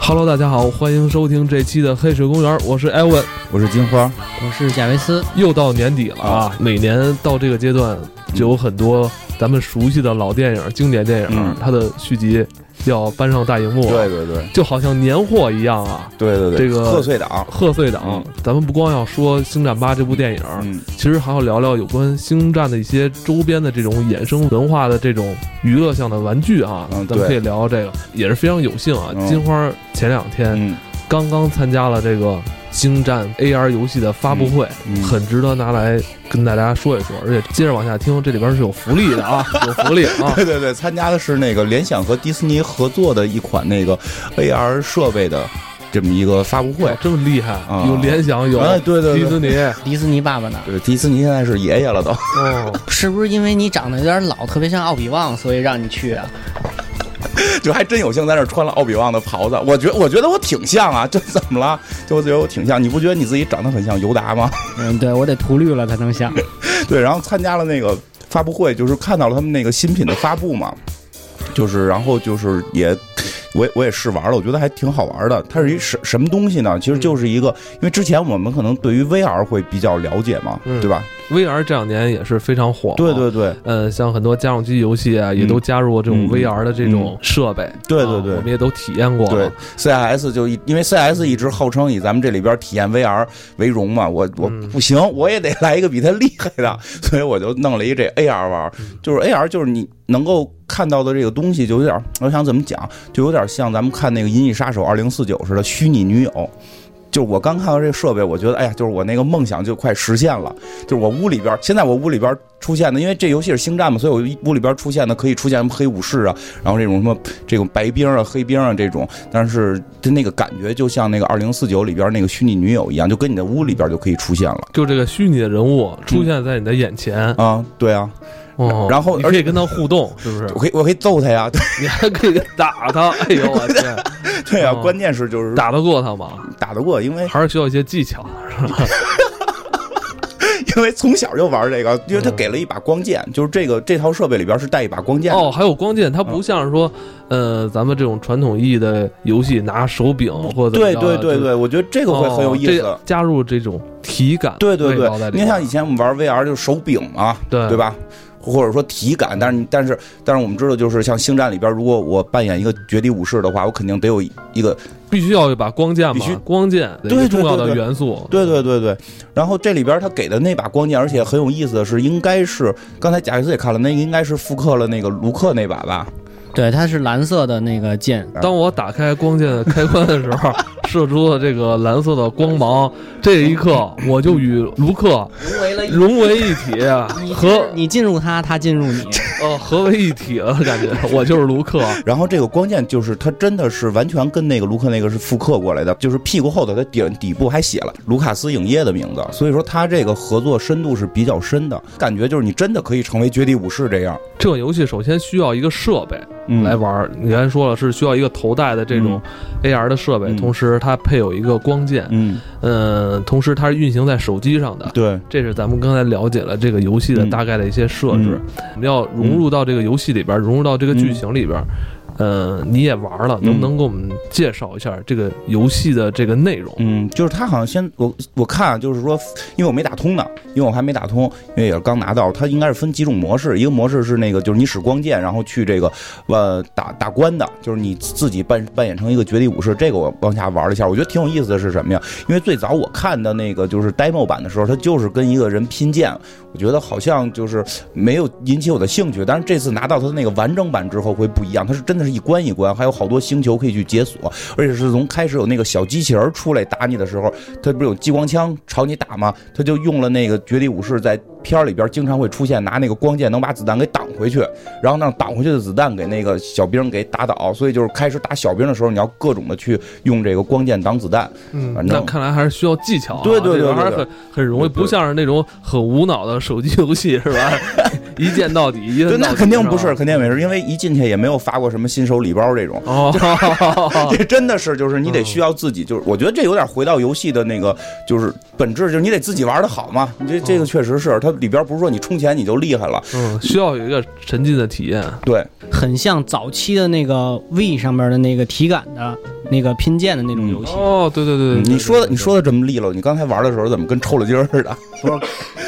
Hello，大家好，欢迎收听这期的《黑水公园》，我是艾文。我是金花，我是贾维斯，又到年底了啊，每年到这个阶段，就有很多咱们熟悉的老电影、经典电影，嗯它的续集要搬上大荧幕，啊对，对对就好像年货一样啊。对对对，这个贺岁档，贺岁档，嗯咱们不光要说《星战八》这部电影，嗯，其实还要聊聊有关《星战》的一些周边的这种衍生文化的这种娱乐向的玩具啊，嗯咱们对可以聊这个，也是非常有幸啊。嗯金花前两天嗯刚刚参加了这个《星战》AR 游戏的发布会，嗯很值得拿来跟大家说一说。而且接着往下听，这里边是有福利的 啊，有福利啊。对对对，参加的是那个联想和迪士尼合作的一款那个 AR 设备的这么一个发布会哇，，这么厉害，啊有联想，有哎对对迪对士尼，迪士尼爸爸呢？对，迪士尼现在是爷爷了都， 哦，是不是因为你长得有点老，特别像奥比旺，所以让你去啊？就还真有幸在那儿穿了奥比旺的袍子，我觉我觉得我挺像啊，这怎么了？就我觉得我挺像，你不觉得你自己长得很像尤达吗？嗯，对我得涂绿了才能像。对，然后参加了那个发布会，就是看到了他们那个新品的发布嘛，就是然后就是也。我也我也试玩了，我觉得还挺好玩的。它是一什什么东西呢？其实就是一个，因为之前我们可能对于 VR 会比较了解嘛，嗯对吧？ ，VR 这两年也是非常火、对对对呃，像很多家用机游戏啊，也都加入这种嗯 VR 的这种设备。对啊对对我们也都体验过。嗯对，，CS 就一因为 CS 一直号称以咱们这里边体验 VR 为荣嘛，我我嗯不行， 我也得来一个比它厉害的，所以我就弄了一这 AR 玩儿，嗯就是 AR 就是你能够看到的这个东西，就有点儿我想怎么讲，就有点像咱们看那个《银翼杀手二零四九》似的虚拟女友。就是我刚看到这个设备，我觉得哎呀，就是我那个梦想就快实现了。就是我屋里边儿，现在我屋里边儿出现的，因为这游戏是星战嘛，所以我屋里边儿出现的可以出现什么黑武士啊，然后这种什么这种白兵啊、黑兵啊这种，但是它那个感觉就像那个二零四九里边那个虚拟女友一样，就跟你的屋里边就可以出现 了就这个虚拟的人物出现在你的眼前，啊，对啊，哦，然后你可以跟他互动，是不是 我？可以我可以揍他呀，对你还可以打他，哎呦我天，对啊，哦关键是就是哎打得过他吗？打得过，因为 还是需要一些技巧。因为从小就玩这个，因为他嗯给了一把光剑，就是这个这套设备里边是带一把光剑的哦，还有光剑，它不像是说，呃，咱们这种传统意义的游戏拿手柄或者怎么对着啊对对就是对，我觉得这个会很有意思。哦这加入这种体感对对味道在对，里嗯你面。看像以前我们玩 VR 就是手柄嘛，对对？吧？或者说体感，但是你但是但是我们知道，就是像星战里边，如果我扮演一个绝地武士的话，我肯定得有一个必须要有一把光剑嘛，必须光剑的一对个对重要的对对元素。对对对对，然后这里边他给的那把光剑，而且很有意思的是，应该是刚才贾维斯也看了，那个应该是复刻了那个卢克那把吧？ 对，它是蓝色的那个剑，当我打开光剑的开关的时候，射出了这个蓝色的光芒，这一 刻我就与卢克融为了融为一体，啊和你进入它，它进入你。呃合为一体了，感觉我就是卢克。啊然后这个光剑就是它真的是完全跟那个卢克那个是复刻过来的，就是屁股后头它底底部还写了卢卡斯影业的名字，所以说它这个合作深度是比较深的，感觉就是你真的可以成为绝地武士这样。这款游戏首先需要一个设备嗯来玩儿，你刚才说了是需要一个头戴的这种 AR 的设备，嗯同时它配有一个光剑，嗯，嗯，同时它是运行在手机上的，对，这是咱们刚才了解了这个游戏的嗯大概的一些设置，我们要融入到这个游戏里边，融入到这个剧情里边。呃，你也玩了，嗯能不能给我们介绍一下这个游戏的这个内容？嗯，就是他好像先我我看啊，就是说，因为我没打通呢，因为我还没打通，因为也是刚拿到，它应该是分几种模式，一个模式是那个就是你使光剑，然后去这个呃打打关的，就是你自己扮扮演成一个绝地武士，这个我往下玩了一下，我觉得挺有意思的是什么呀？因为最早我看的那个就是 demo 版的时候，它就是跟一个人拼剑，我觉得好像就是没有引起我的兴趣，但是这次拿到它的那个完整版之后会不一样，它是真的是一关一关，还有好多星球可以去解锁，而且是从开始有那个小机器人出来打你的时候，它不是有激光枪朝你打吗？它就用了那个《绝地武士》在片儿里边经常会出现，拿那个光剑能把子弹给挡回去，然后让挡回去的子弹给那个小兵给打倒。所以就是开始打小兵的时候，你要各种的去用这个光剑挡子弹。嗯反正那看来还是需要技巧啊。对对对这玩意儿对对很很容易，对对 不像是那种很无脑的手机游戏是吧？一剑到底，一对，摁到那底肯定不是，吧肯定没事，因为一进去也没有发过什么新手礼包这种。哦，这真的是，就是你得嗯需要自己，就是我觉得这有点回到游戏的那个，就是本质，就是你得自己玩的好嘛。你这这个确实是，它里边不是说你充钱你就厉害了， 嗯，需要有一个沉浸的体 验。对，很像早期的那个 V 上面的那个体感的那个拼剑的那种游戏。哦，对对对对，对嗯你说的你说的这么利落，你刚才玩的时候怎么跟抽了筋儿似的？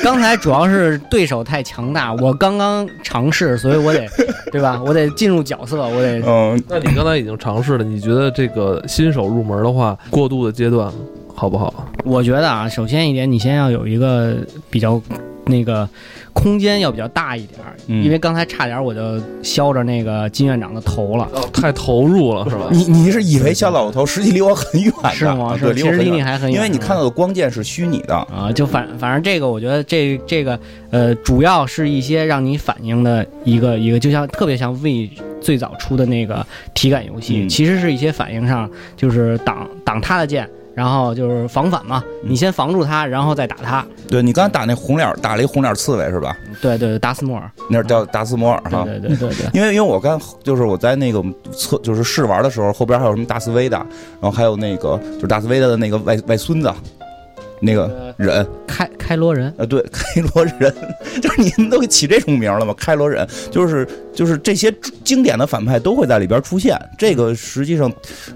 刚才主要是对手太强大，我刚刚尝试，所以我得，对吧？我得进入角色，我得嗯，那你刚才已经尝试了，你觉得这个新手入门的话，过渡的阶段好不好？我觉得啊，首先一点，你先要有一个比较那个空间要比较大一点儿，嗯因为刚才差点我就削着那个金院长的头了，哦太投入了是吧？你你是以为削到我头，实际离我很远的，是吗？啊是，对，其离我实很离你远，还很远，因为你看是到的光剑是虚拟的，吧啊，就反反正这个，我觉得这这个呃，主要是一些让你反应的一个一个，就像特别像 V 最早出的那个体感游戏，嗯其实是一些反应上就是挡挡他的剑。然后就是防反嘛，嗯你先防住他，然后再打他。对你刚才打那红脸儿，打了一红脸儿刺猬是吧？对对，对达斯莫尔，那是叫达斯摩尔哈。对对对对对。因为因为我刚就是我在那个测就是试玩的时候，后边还有什么达斯维达，然后还有那个就是达斯维达的那个外外孙子，那个呃人开开罗人，呃对 开罗人，就是你们都给起这种名了吗？开罗人就是就是这些经典的反派都会在里边出现。这个实际上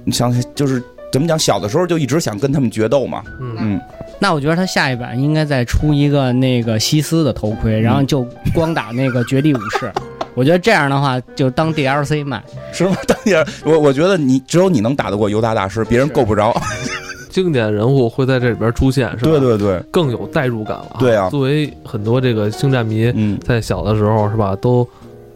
你想就是怎么讲，小的时候就一直想跟他们决斗嘛， 嗯，嗯，那我觉得他下一版应该再出一个那个西斯的头嗯盔，然后就光打那个绝地武 士。我觉得这样的话，就当 DLC 卖。是吗？当然，我我觉得你只有你能打得过尤达大师，别人够不着。经典人物会在这里边出现，是吧？对，对对，更有代入感了。对啊作为很多这个星战迷，嗯。在小的时候是吧，都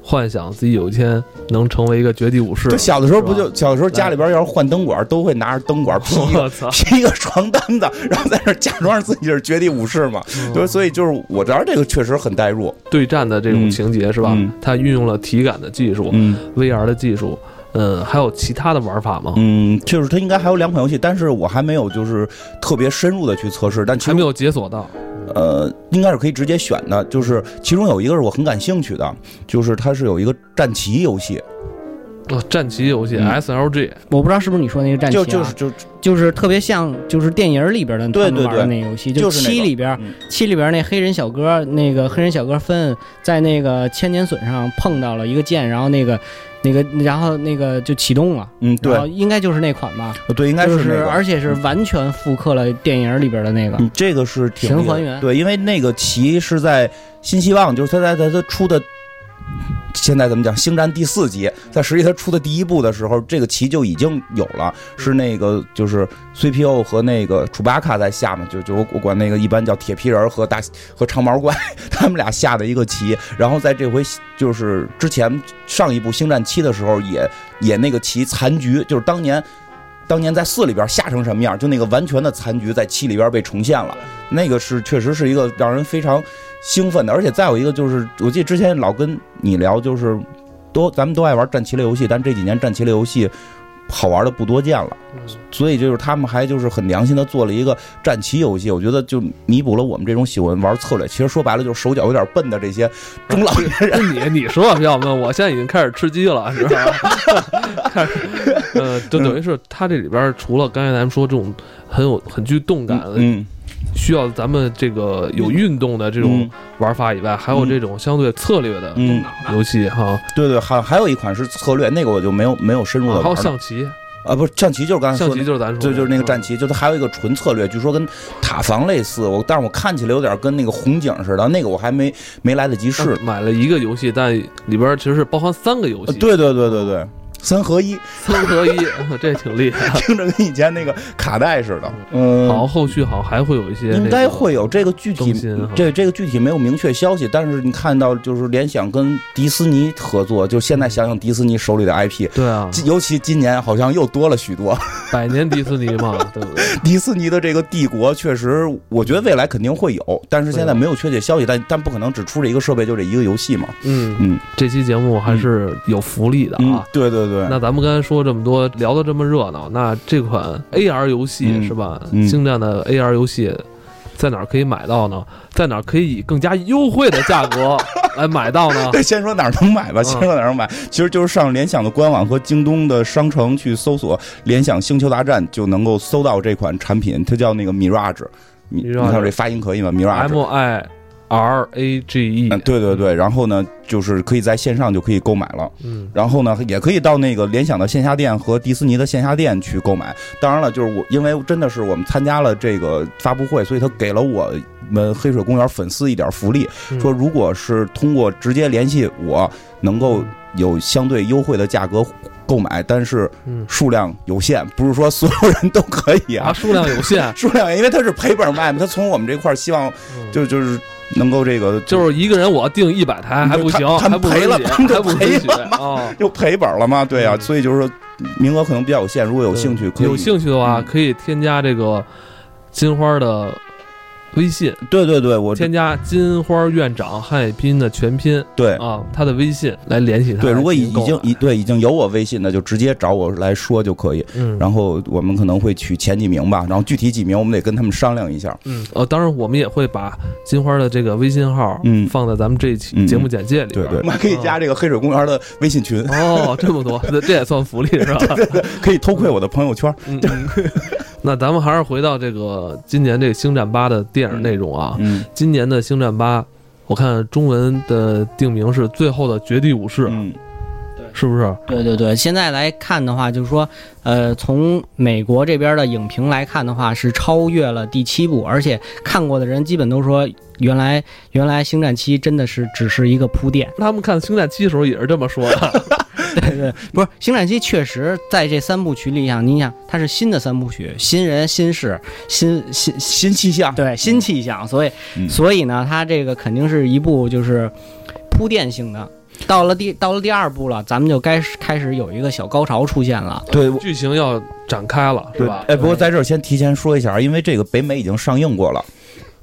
幻想自己有一天能成为一个绝地武士就。小的时候是不吧就小的时候家里边要是换灯管，都会拿着灯管披 一 个我操！披一个床单子，然后在那儿假装自己是绝地武士嘛。就是所以就是我觉得这个确实很代入，对战的这种嗯情节是吧嗯？它运用了体感的技术嗯，VR 的技术，嗯，还有其他的玩法吗？嗯，就是它应该还有两款游戏，但是我还没有就是特别深入的去测试，但其还没中有解锁到。呃应该是可以直接选的，就是其中有一个是我很感兴趣的，就是它是有一个战棋游戏，哦，战棋游戏嗯 SLG，我不知道是不是你说那个战棋、啊，就就是就就是特别像就是电影里边的对他们玩对的那游戏，就是那七个里边、嗯七里边那黑人小哥，那个黑人小哥芬在那个千年隼上碰到了一个剑，然后那个那个然后那个就启动了，嗯然后对应该就是那款吧，对应该就是那个。而且是完全复刻了电影里边的那个。嗯，这个是挺神厉害还的原对，因为那个棋是在新希望，就是他在他他出的，现在怎么讲，星战第四集，在实际他出的第一部的时候，这个棋就已经有了，是那个就是 CPO 和那个楚巴卡在下面，就就我我管那个一般叫铁皮人儿和大和长毛怪 他们俩下的一个棋，然后在这回就是之前上一部星战七的时候也也那个棋残局，就是当年。当年在四里边下成什么样，就那个完全的残局在七里边被重现了，那个是确实是一个让人非常兴奋的，而且再有一个就是，我记得之前老跟你聊，就是都咱们都爱玩战棋类游戏，但这几年战棋类游戏好玩的不多见了，所以就是他们还就是很良心的做了一个战棋游戏，我觉得就弥补了我们这种喜欢玩策略，其实说白了就是手脚有点笨的这些中 老年人。那哎你你说吧，要不我现在已经开始吃鸡了， 是吧？啊 开始，呃，就等于是它这里边儿除了刚才咱们说这种很有很具动感、嗯，需要咱们这个有运动的这种嗯玩法以外，还有这种相对策略的嗯游戏哈，对对，还还有一款是策略，那个我就没有没有深入的还玩有了。象棋，啊，不是象棋，就是刚才说象的棋就是咱说的嗯对，就是那个战棋。旗，就它还有一个纯策略，据说跟塔防类似。我，但是我看起来有点跟那个红警似的，那个我还没没来得及试。买了一个游戏，但里边儿其实是包含三个游呃戏，对对对对对，三合 一，三合一， 这挺厉害。听着跟以前那个卡带似的。 嗯，好，，后续好像还会有一些，应该会有这个具体更新啊哈，这这个具体没有明确消息，但是你看到就是联想跟迪斯尼合作，就现在想想迪斯尼手里的 IP。对 啊，今尤其今年好像又多了许多，百年迪士尼嘛，对 不对？迪斯尼的这个帝国确实，我觉得未来肯定会有，但是现在没有确切消息，但但不可能只出这一个设备就这一个游戏嘛。嗯嗯，这期节目还是有福利的嗯啊。，对对对，那咱们刚才说这么多，聊得这么热闹，那这款 AR 游戏、嗯是吧？嗯星战的 AR 游戏在哪儿可以买到呢？在哪儿可以以更加优惠的价格来买到呢？对， 先说哪儿能买吧，嗯先说哪儿能买，其实就是上联想的官网和京东的商城去搜索“联想星球大战”，就能够搜到这款产品，它叫那个 Mirage。你你 Mirage 看我这发音可以吗？Mirage M。I R A G E，嗯，对对对，然后呢，就是可以在线上就可以购买了，嗯，然后呢，也可以到那个联想的线下店和迪士尼的线下店去购买。当然了，就是我因为真的是我们参加了这个发布会，所以他给了我们黑水公园粉丝一点福利，嗯说如果是通过直接联系我，能够有相对优惠的价格购买，但是嗯数量有限，不是说所有人都可以啊，啊。数量有 限，数量，因为它是赔本卖嘛，他从我们这块儿希望嗯就就是能够这个就是一个人我订一百台还不行，他他还不允许赔了他们还就不允赔许了啊。又赔本了嘛，对啊，嗯所以就是说名额可能比较有限，如 果有兴趣可以有兴趣的话，嗯可以添加这个金花的微信，对对对，我添加金花院长汉语拼音的全拼对啊，他的微信来联系他。对，如果已购已买经已对已经有我微信的，就直接找我来说就可以。嗯，然后我们可能会取前几名吧，然后具体几名我们得跟他们商量一下。嗯，呃，当然我们也会把金花的这个微信号嗯放在咱们这一期嗯节目简介里边。对对，我们可以加这个黑水公园的微信群，哦，这么多， 这这也算福利是吧？可以偷窥我的朋友圈。嗯嗯。 那咱们还是回到这个今年这个《星战八》的电影内容啊。嗯今年的《星战八》，我看中文的定名是《最后的绝地武士》，嗯是不是？对对对，现在来看的话，就是说，呃，从美国这边的影评来看的话，是超越了第七部，而且看过的人基本都说，原来原来《星战七》真的是只是一个铺垫。他们看《星战七》的时候也是这么说 的。对对，不是《星战七》确实在这三部曲里想，你想它是新的三部曲，新人、新事、新新新气象，对新气象，所以、嗯所以呢，它这个肯定是一部就是铺垫性的。到了第到了第二部了，咱们就该开始有一个小高潮出现了。对我剧情要展开了，是对吧？哎，不过在这儿先提前说一下，啊因为这个北美已经上映过了。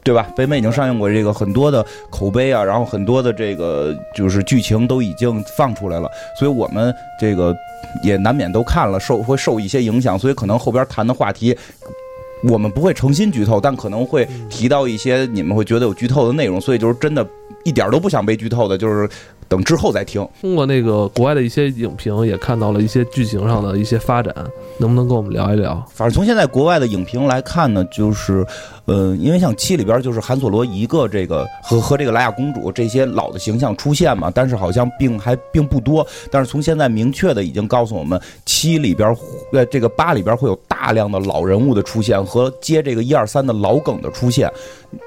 对吧？北美已经上映过这个很多的口碑啊，然后很多的这个就是剧情都已经放出来了，所以我们这个也难免都看了，受会受一些影响，所以可能后边谈的话题，我们不会诚心剧透，但可能会提到一些你们会觉得有剧透的内容，所以就是真的一点都不想被剧透的，就是等之后再听。通过那个国外的一些影评，也看到了一些剧情上的一些发展，能不能跟我们聊一聊？反正从现在国外的影评来看呢，就是，呃，因为像七里边就是韩索罗一个这个和和这个莱娅公主这些老的形象出现嘛，但是好像并还并不多。但是从现在明确的已经告诉我们，七里边呃这个八里边会有大量的老人物的出现和接这个一二三的老梗的出现，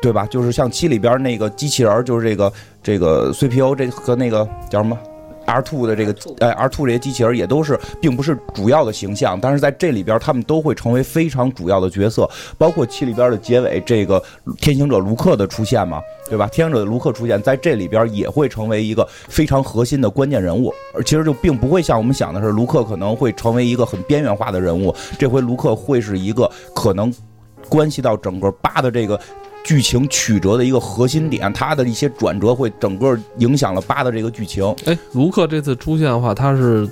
对吧？就是像七里边那个机器人儿，就是这个这个 CPU 这和那个叫什么？R two 的这个呃 R two 这些机器人也都是并不是主要的形象，但是在这里边他们都会成为非常主要的角色，包括七里边的结尾这个天行者卢克的出现嘛，对吧？天行者卢克出现在这里边也会成为一个非常核心的关键人物，而其实就并不会像我们想的是卢克可能会成为一个很边缘化的人物，这回卢克会是一个可能关系到整个八的这个剧情曲折的一个核心点，它的一些转折会整个影响了八的这个剧情。哎，卢克这次出现的话，他是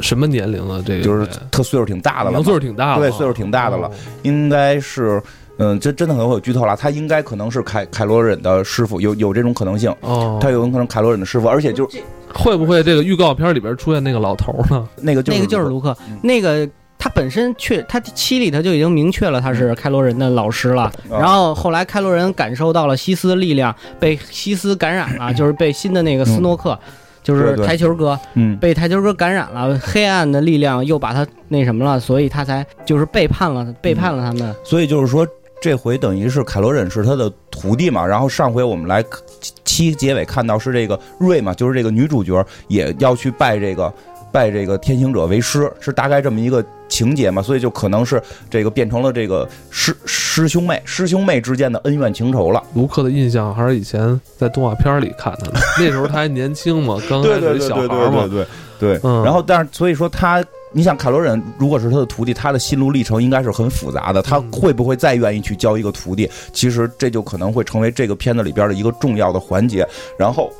什么年龄啊？这个就是他岁数挺大的了嘛，岁数挺大了啊，对岁数挺大的了应该是，嗯，这真的可能会有剧透了。他应该可能是凯凯罗忍的师傅，有有这种可能性。哦。他有可能凯罗忍的师傅，而且就是会不会这个预告片里边出现那个老头呢？那个就是那个就是卢克，嗯那个他本身确他七里头就已经明确了他嗯是开罗人的老师了。啊然后后来开罗人感受到了西斯的力量，被西斯感染了，就是被新的那个斯诺克，就是嗯对对台球哥嗯，被台球哥感染了，黑暗的力量又把他那什么了，所以他才就是背叛了，背叛了他们。所以就是说，这回等于是凯罗忍是他的徒弟嘛，然后上回我们来七结尾看到是这个瑞嘛，就是这个女主角也要去拜这个拜这个天行者为师，是大概这么一个情节嘛，所以就可能是这个变成了这个师师兄妹师兄妹之间的恩怨情仇了。卢克的印象还是以前在动画片里看 他的，那时候他还年轻嘛，刚开始小孩嘛，对对嗯然后，但是所以说他，你想卡罗忍如果是他的徒弟，他的心路历程应该是很复杂的。他嗯会不会再愿意去教一个徒弟？其实这就可能会成为这个片子里边的一个重要的环节。然后，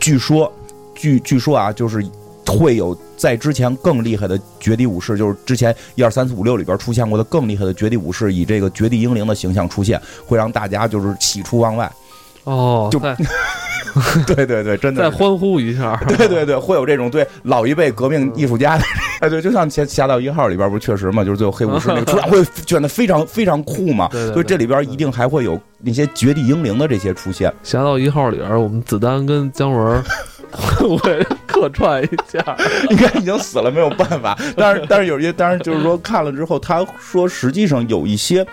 据说，据据说啊，就是。会有在之前更厉害的绝地武士，就是之前一二三四五六里边出现过的更厉害的绝地武士，以这个绝地英灵的形象出现，会让大家就是喜出望外。哦，就在 对对对，真的再是欢呼一下， 对对对，会有这种对老一辈革命艺术家的， 哎，对，就像《侠侠盗一号》里边不是确实嘛，就是最后黑武士那个出场会卷的非常非常酷嘛，对对对所以这里边一定还会有那些绝地英灵的这些出现， 《侠盗一号》里边儿，我们子丹跟姜文儿 会客串一下，应该已经死了没有办法，但是但是有一些，但是就是说看了之后，他说实际上有一些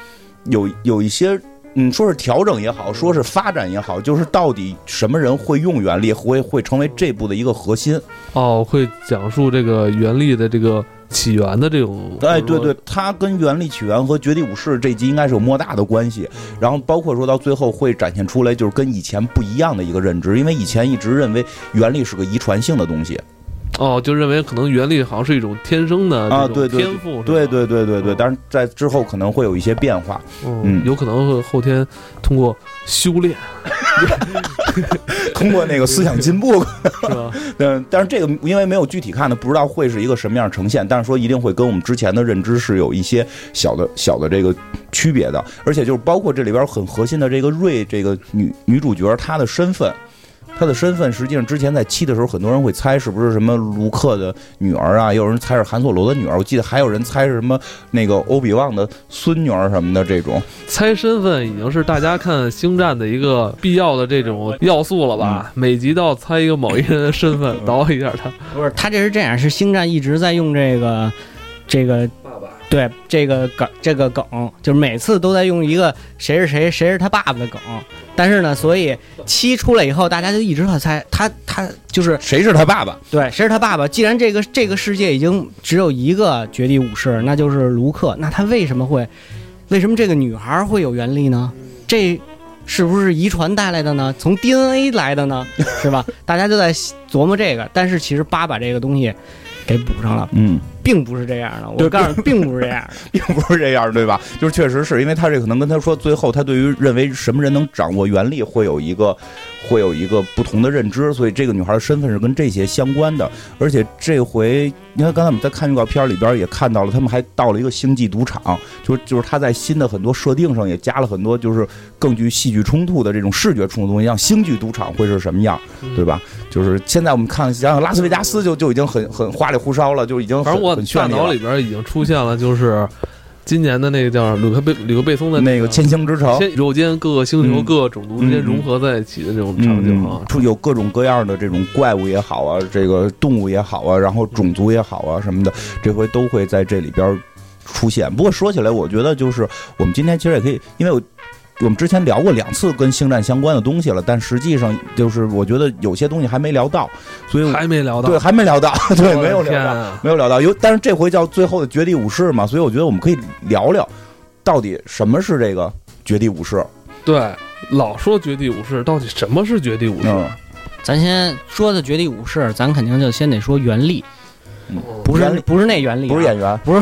有有一些。嗯，说是调整也好，说是发展也好，就是到底什么人会用原力，会会成为这部的一个核心。哦，会讲述这个原力的这个起源的这种，哎，对或者对，它跟《原力起源》和《绝地武士》这集应该是有莫大的关系。然后包括说到最后会展现出来，就是跟以前不一样的一个认知，因为以前一直认为原力是个遗传性的东西。说，哦，就认为可能原力好像是一种天生的啊这种对对天赋，对是吧，对对对对，但是在之后可能会有一些变化。嗯，嗯有可能会后天通过修炼，通过那个思想进步，是吧？ 嗯，但是这个因为没有具体看的，不知道会是一个什么样的呈现，但是说一定会跟我们之前的认知是有一些小的小的这个区别的，而且就是包括这里边很核心的这个瑞这个女女主角她的身份。她的身份实际上之前在七的时候，很多人会猜是不是什么卢克的女儿啊，也有人猜是韩索罗的女儿，我记得还有人猜是什么那个欧比旺的孙女儿什么的这种。猜身份已经是大家看《星战》的一个必要的这种要素了吧？嗯每集都要猜一个某一个人的身 份，倒一下他。不是，他这是这样，是星战一直在用这个这个爸爸，对这个梗这个梗，就是每次都在用一个谁是谁谁是他爸爸的梗。但是呢，所以七出来以后，大家就一直在猜他他就是谁是他爸爸？对谁是他爸爸。既然这个这个世界已经只有一个绝地武士，那就是卢克，那他为什么会为什么这个女孩会有原力呢？这是不是遗传带来的呢？从 DNA 来的呢？是吧？ 大家就在琢磨这个，但是其实八把这个东西给补上了，嗯，并不是这样的。我对告诉你，并不是这样的。并 不是这样，对吧？就是确实是因为他这可能跟他说，最后他对于认为什么人能掌握原力，会有一个会有一个不同的认知，所以这个女孩的身份是跟这些相关的。而且这回，你看刚才我们在看预告片里边也看到了，他们还到了一个星际赌场，就是就是他在新的很多设定上也加了很多就是更具戏剧冲突的这种视觉冲突的东西，像星际赌场会是什么样，嗯对吧？就是现在我们看想想拉斯维加斯就就已经很很花里胡哨了，就已经很反正我很大绚丽脑了里。边已经出现了，就是今年的那个叫吕克贝吕克贝松的那个《千星之城》，宇宙间各个星球、嗯各个种族之间融合在一起的这种场景啊嗯，，出有各种各样的这种怪物也好啊，这个动物也好啊，然后种族也好啊什么的，这回都会在这里边出现。不过说起来，我觉得就是我们今天其实也可以，因为我。我们之前聊过两次跟星战相关的东西了，但实际上就是我觉得有些东西还没聊到，所以我还没聊到，对还没聊到， 对我的没有天聊到，啊没有聊到。有，但是这回叫最后的绝地武士嘛，所以我觉得我们可以聊聊到底什么是这个绝地武士。对，老说绝地武士，到底什么是绝地武士？嗯， 咱先说的绝地武士，咱肯定就先得说原力，不是原力不是那原力、啊，不是演员，不是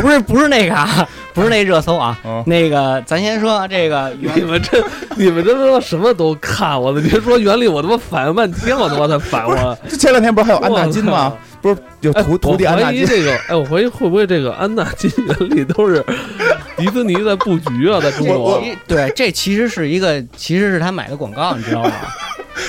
不是不是那个啊，不是那热搜啊，嗯，那个咱先说这个原你们这，你们这他妈什么都看，我的别说原理，我他妈反应半天，我他妈才反应过来。这前两天不是还有安纳金吗？不是有哎徒徒弟我安纳怀疑金？这个，哎，我怀疑会不会这个安纳金原理都是迪士尼在布局啊，在中这国其对，这其实是一个，其实是他买的广告，你知道吗？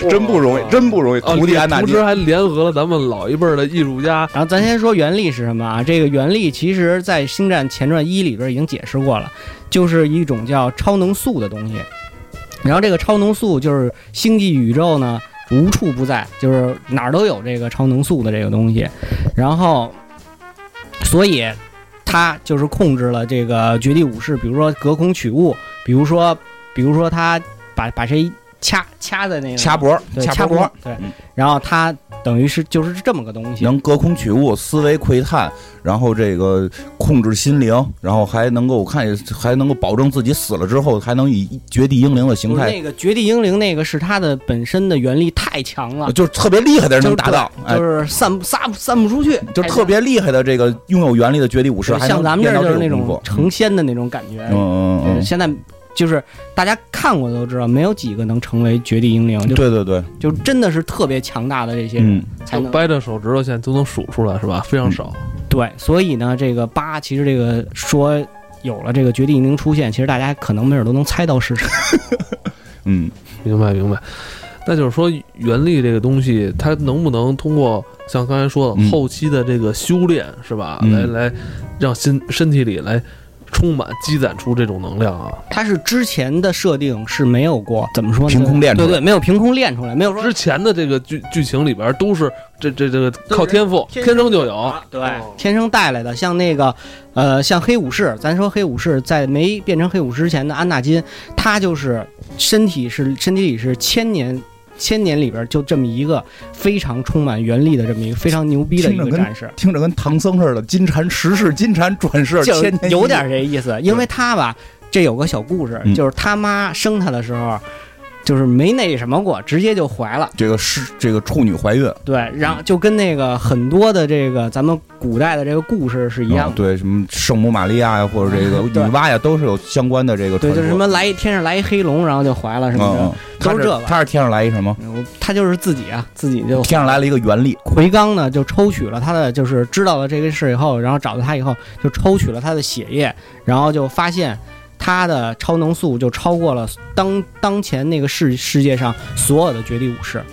真不容易，真不容易，哦徒弟安纳同金时。还联合了咱们老一辈儿的艺术家，然后咱先说原力是什么啊？这个原力其实在《星战前传一》里边已经解释过了，就是一种叫超能素的东西。然后这个超能素就是星际宇宙呢无处不在，就是哪儿都有这个超能素的这个东西。然后，所以它就是控制了这个绝地武士，比如说隔空取物，比如说，比如说他把把谁掐掐在那个掐脖，对掐掐脖，对嗯，然后他等于是就是这么个东西。能隔空取物，思维窥探，然后这个控制心灵，然后还能够我看还能够保证自己死了之后还能以绝地英灵的形不是态，那个绝地英灵，那个是它的本身的原力太强了，就是特别厉害的人能达到，就哎，是散不散不散不出去，就是特别厉害的这个拥有原力的绝地武士，对还像能咱们这练儿到就是那种功种夫。成仙的那种感觉。嗯嗯对嗯现在就是大家看过都知道，没有几个能成为绝地英灵，嗯，就对对对，就真的是特别强大的这些人嗯，才能。掰着手指头现在都能数出来，是吧？非常少。对，所以呢，这个八其实这个说。有了这个绝地英灵出现，其实大家可能没准都能猜到是谁。嗯，明白明白。那就是说原力这个东西，它能不能通过像刚才说的嗯后期的这个修炼，是吧？来嗯来让身身体里来充满积攒出这种能量啊？它是之前的设定是没有过，怎么说呢？凭空练出来对对，没有凭空练出来，没有说之前的这个剧剧情里边都是这这这个是靠天赋，天天生啊就有。啊对，天生带来的。像那个，呃，像黑武士，咱说黑武士在没变成黑武士之前的安纳金，他就是身体是身体里是千年。千年里边就这么一个非常充满元力的这么一个非常牛逼的一听着个跟战士，听着跟唐僧似的，金蝉十世金蝉转世就千年有一点这意思。因为他吧，这有个小故事，嗯就是他妈生他的时候，就是没那什么过，直接就怀了。这个是这个处女怀孕对，然后嗯就跟那个很多的这个咱们古代的这个故事是一样啊的。对什么圣母玛利亚呀，或者这个 对女娲呀，都是有相关的这个对，传就是什说么来一天上来一黑龙，然后就怀了什么嗯，的嗯。他都是这个他是天上来一什么？我他就是自己啊，自己就天上来了一个原力，回纲呢，就抽取了他的，就是知道了这个事以后，然后找到他以后，就抽取了他的血液，然后就发现他的超能速就超过了当当前那个世世界上所有的绝地武士，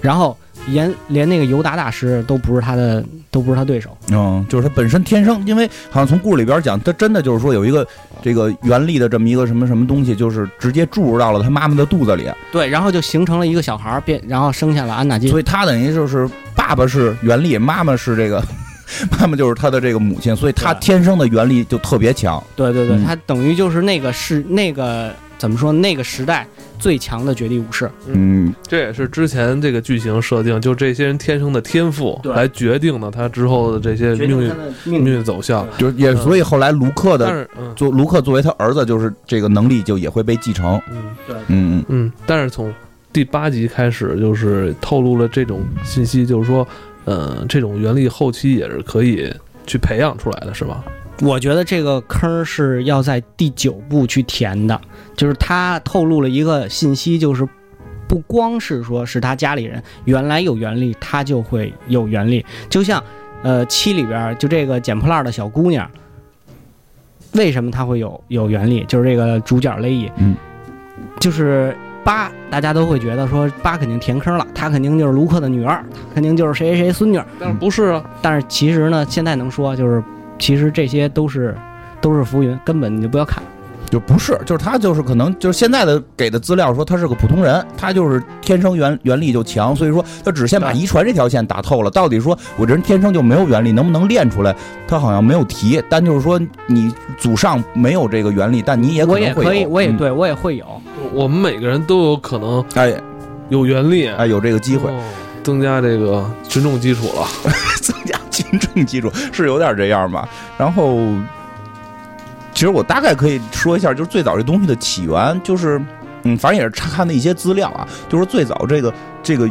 然后连连那个尤达大师都不是他的，都不是他对手。嗯，就是他本身天生，因为好像从故事里边讲，他真的就是说有一个这个原力的这么一个什么什么东西，就是直接注入到了他妈妈的肚子里，对，然后就形成了一个小孩儿，变，然后生下了安纳金。所以他等于就是爸爸是原力，妈妈是这个， 妈妈就是他的这个母亲，所以他对天生的原力就特别强。对对对，嗯他等于就是那个是那个怎么说那个时代最强的绝地武士。嗯，这也是之前这个剧情设定，就这些人天生的天赋对来决定的他之后的这些命运命命运走向。就是也嗯所以后来卢克但的是，嗯作卢克作为他儿子，就是这个能力就也会被继承。嗯。嗯嗯，但是从第八集开始，就是透露了这种信息，就是说，呃，这种原力后期也是可以去培养出来的，是吧？我觉得这个坑是要在第九部去填的，就是他透露了一个信息，就是不光是说是他家里人原来有原力，他就会有原力。就像呃七里边儿就这个捡破烂儿的小姑娘，为什么她会有有原力？就是这个主角雷伊，嗯，就是八，大家都会觉得说八肯定填坑了，她肯定就是卢克的女儿，她肯定就是谁谁谁孙女儿。但是不是啊？但是其实呢，现在能说就是，其实这些都是都是浮云，根本你就不要看。嗯，就不是，就是他就是可能就是现在的给的资料说他是个普通人，他就是天生原原力就强，所以说他只先把对遗传这条线打透了。到底说我这人天生就没有原力，能不能练出来？他好像没有提，但就是说你祖上没有这个原力，但你也我可也能会可以，有我也嗯对我也会有。嗯我们每个人都有可能哎有原力，哎有这个机会。哦增加这个群众基础了。 增加群众基础是有点这样吧。然后，其实我大概可以说一下，就是最早这东西的起源，就是嗯，反正也是查看的一些资料啊，就是最早这个这个。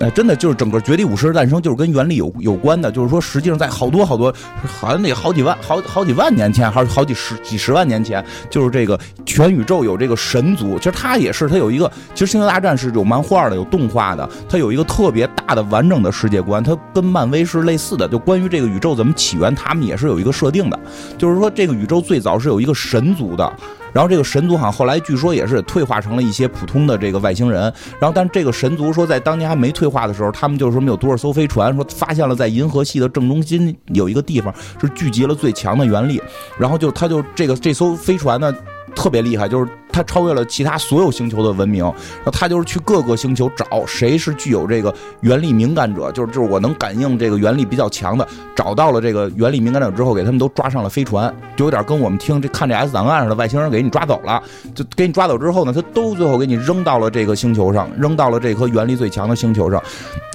哎，真的就是整个《绝地武士》的诞生，就是跟原理有有关的。就是说，实际上在好多好多，好像得好几万、好好几万年前，还是好几十几十万年前，就是这个全宇宙有这个神族。其实它也是，它有一个其实《星球大战》是有漫画的，有动画的，它有一个特别大的完整的世界观，它跟漫威是类似的。就关于这个宇宙怎么起源，他们也是有一个设定的，就是说这个宇宙最早是有一个神族的。然后这个神族好像后来据说也是退化成了一些普通的这个外星人。然后，但是这个神族说在当年还没退化的时候，他们就是说没有多少艘飞船，说发现了在银河系的正中心有一个地方是聚集了最强的原力。然后就他就这个这艘飞船呢特别厉害，就是它超越了其他所有星球的文明。然后他就是去各个星球找谁是具有这个原力敏感者，就是就是我能感应这个原力比较强的，找到了这个原力敏感者之后，给他们都抓上了飞船，就有点跟我们听这看这 S 档案似的，外星人给你抓走了，就给你抓走之后呢，他都最后给你扔到了这个星球上，扔到了这颗原力最强的星球上。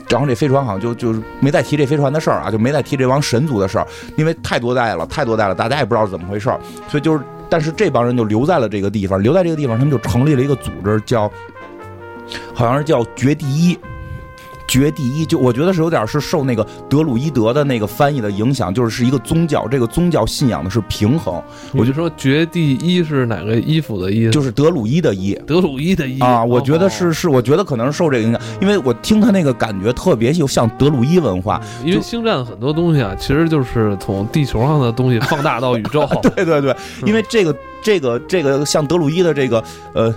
然后这飞船好像就就是没再提这飞船的事儿啊，就没再提这帮神族的事儿，因为太多代了，太多代了，大家也不知道是怎么回事儿，所以就是，但是这帮人就留在了这个地方，留在这个地方，他们就成立了一个组织，叫好像是叫绝地一。绝地一，就我觉得是有点是受那个德鲁伊德的那个翻译的影响，就是是一个宗教，这个宗教信仰的是平衡，我就说绝地一是哪个衣服的衣？就是德鲁伊的一，德鲁伊的衣啊，我觉得哦是是，我觉得可能是受这个影响，因为我听他那个感觉特别就像德鲁伊文化， 因为星战很多东西啊，其实就是从地球上的东西放啊大到宇宙。对对对，因为这个这个这个像德鲁伊的这个呃。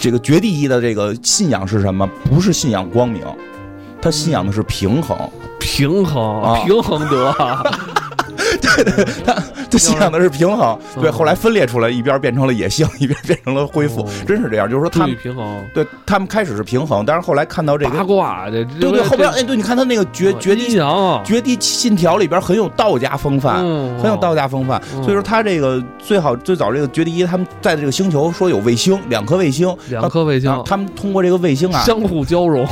这个绝地一的这个信仰是什么？不是信仰光明，他信仰的是平衡，平衡，啊平衡得 啊，他信仰的是平衡。嗯对，后来分裂出来，一边变成了野性， 一边变成了恢复哦，真是这样。就是说他注意们平衡，对他们开始是平衡，但是后来看到这八个，卦这对对，后边哎，这对，你看他那个绝哦绝阴地阳啊，绝地信条里边很有道家风范。嗯很有道家风范，嗯所以说他这个最好最早这个绝地一，他们在这个星球说有卫星，两颗卫星，嗯两颗卫星然啊后他们通过这个卫星啊，相互交融，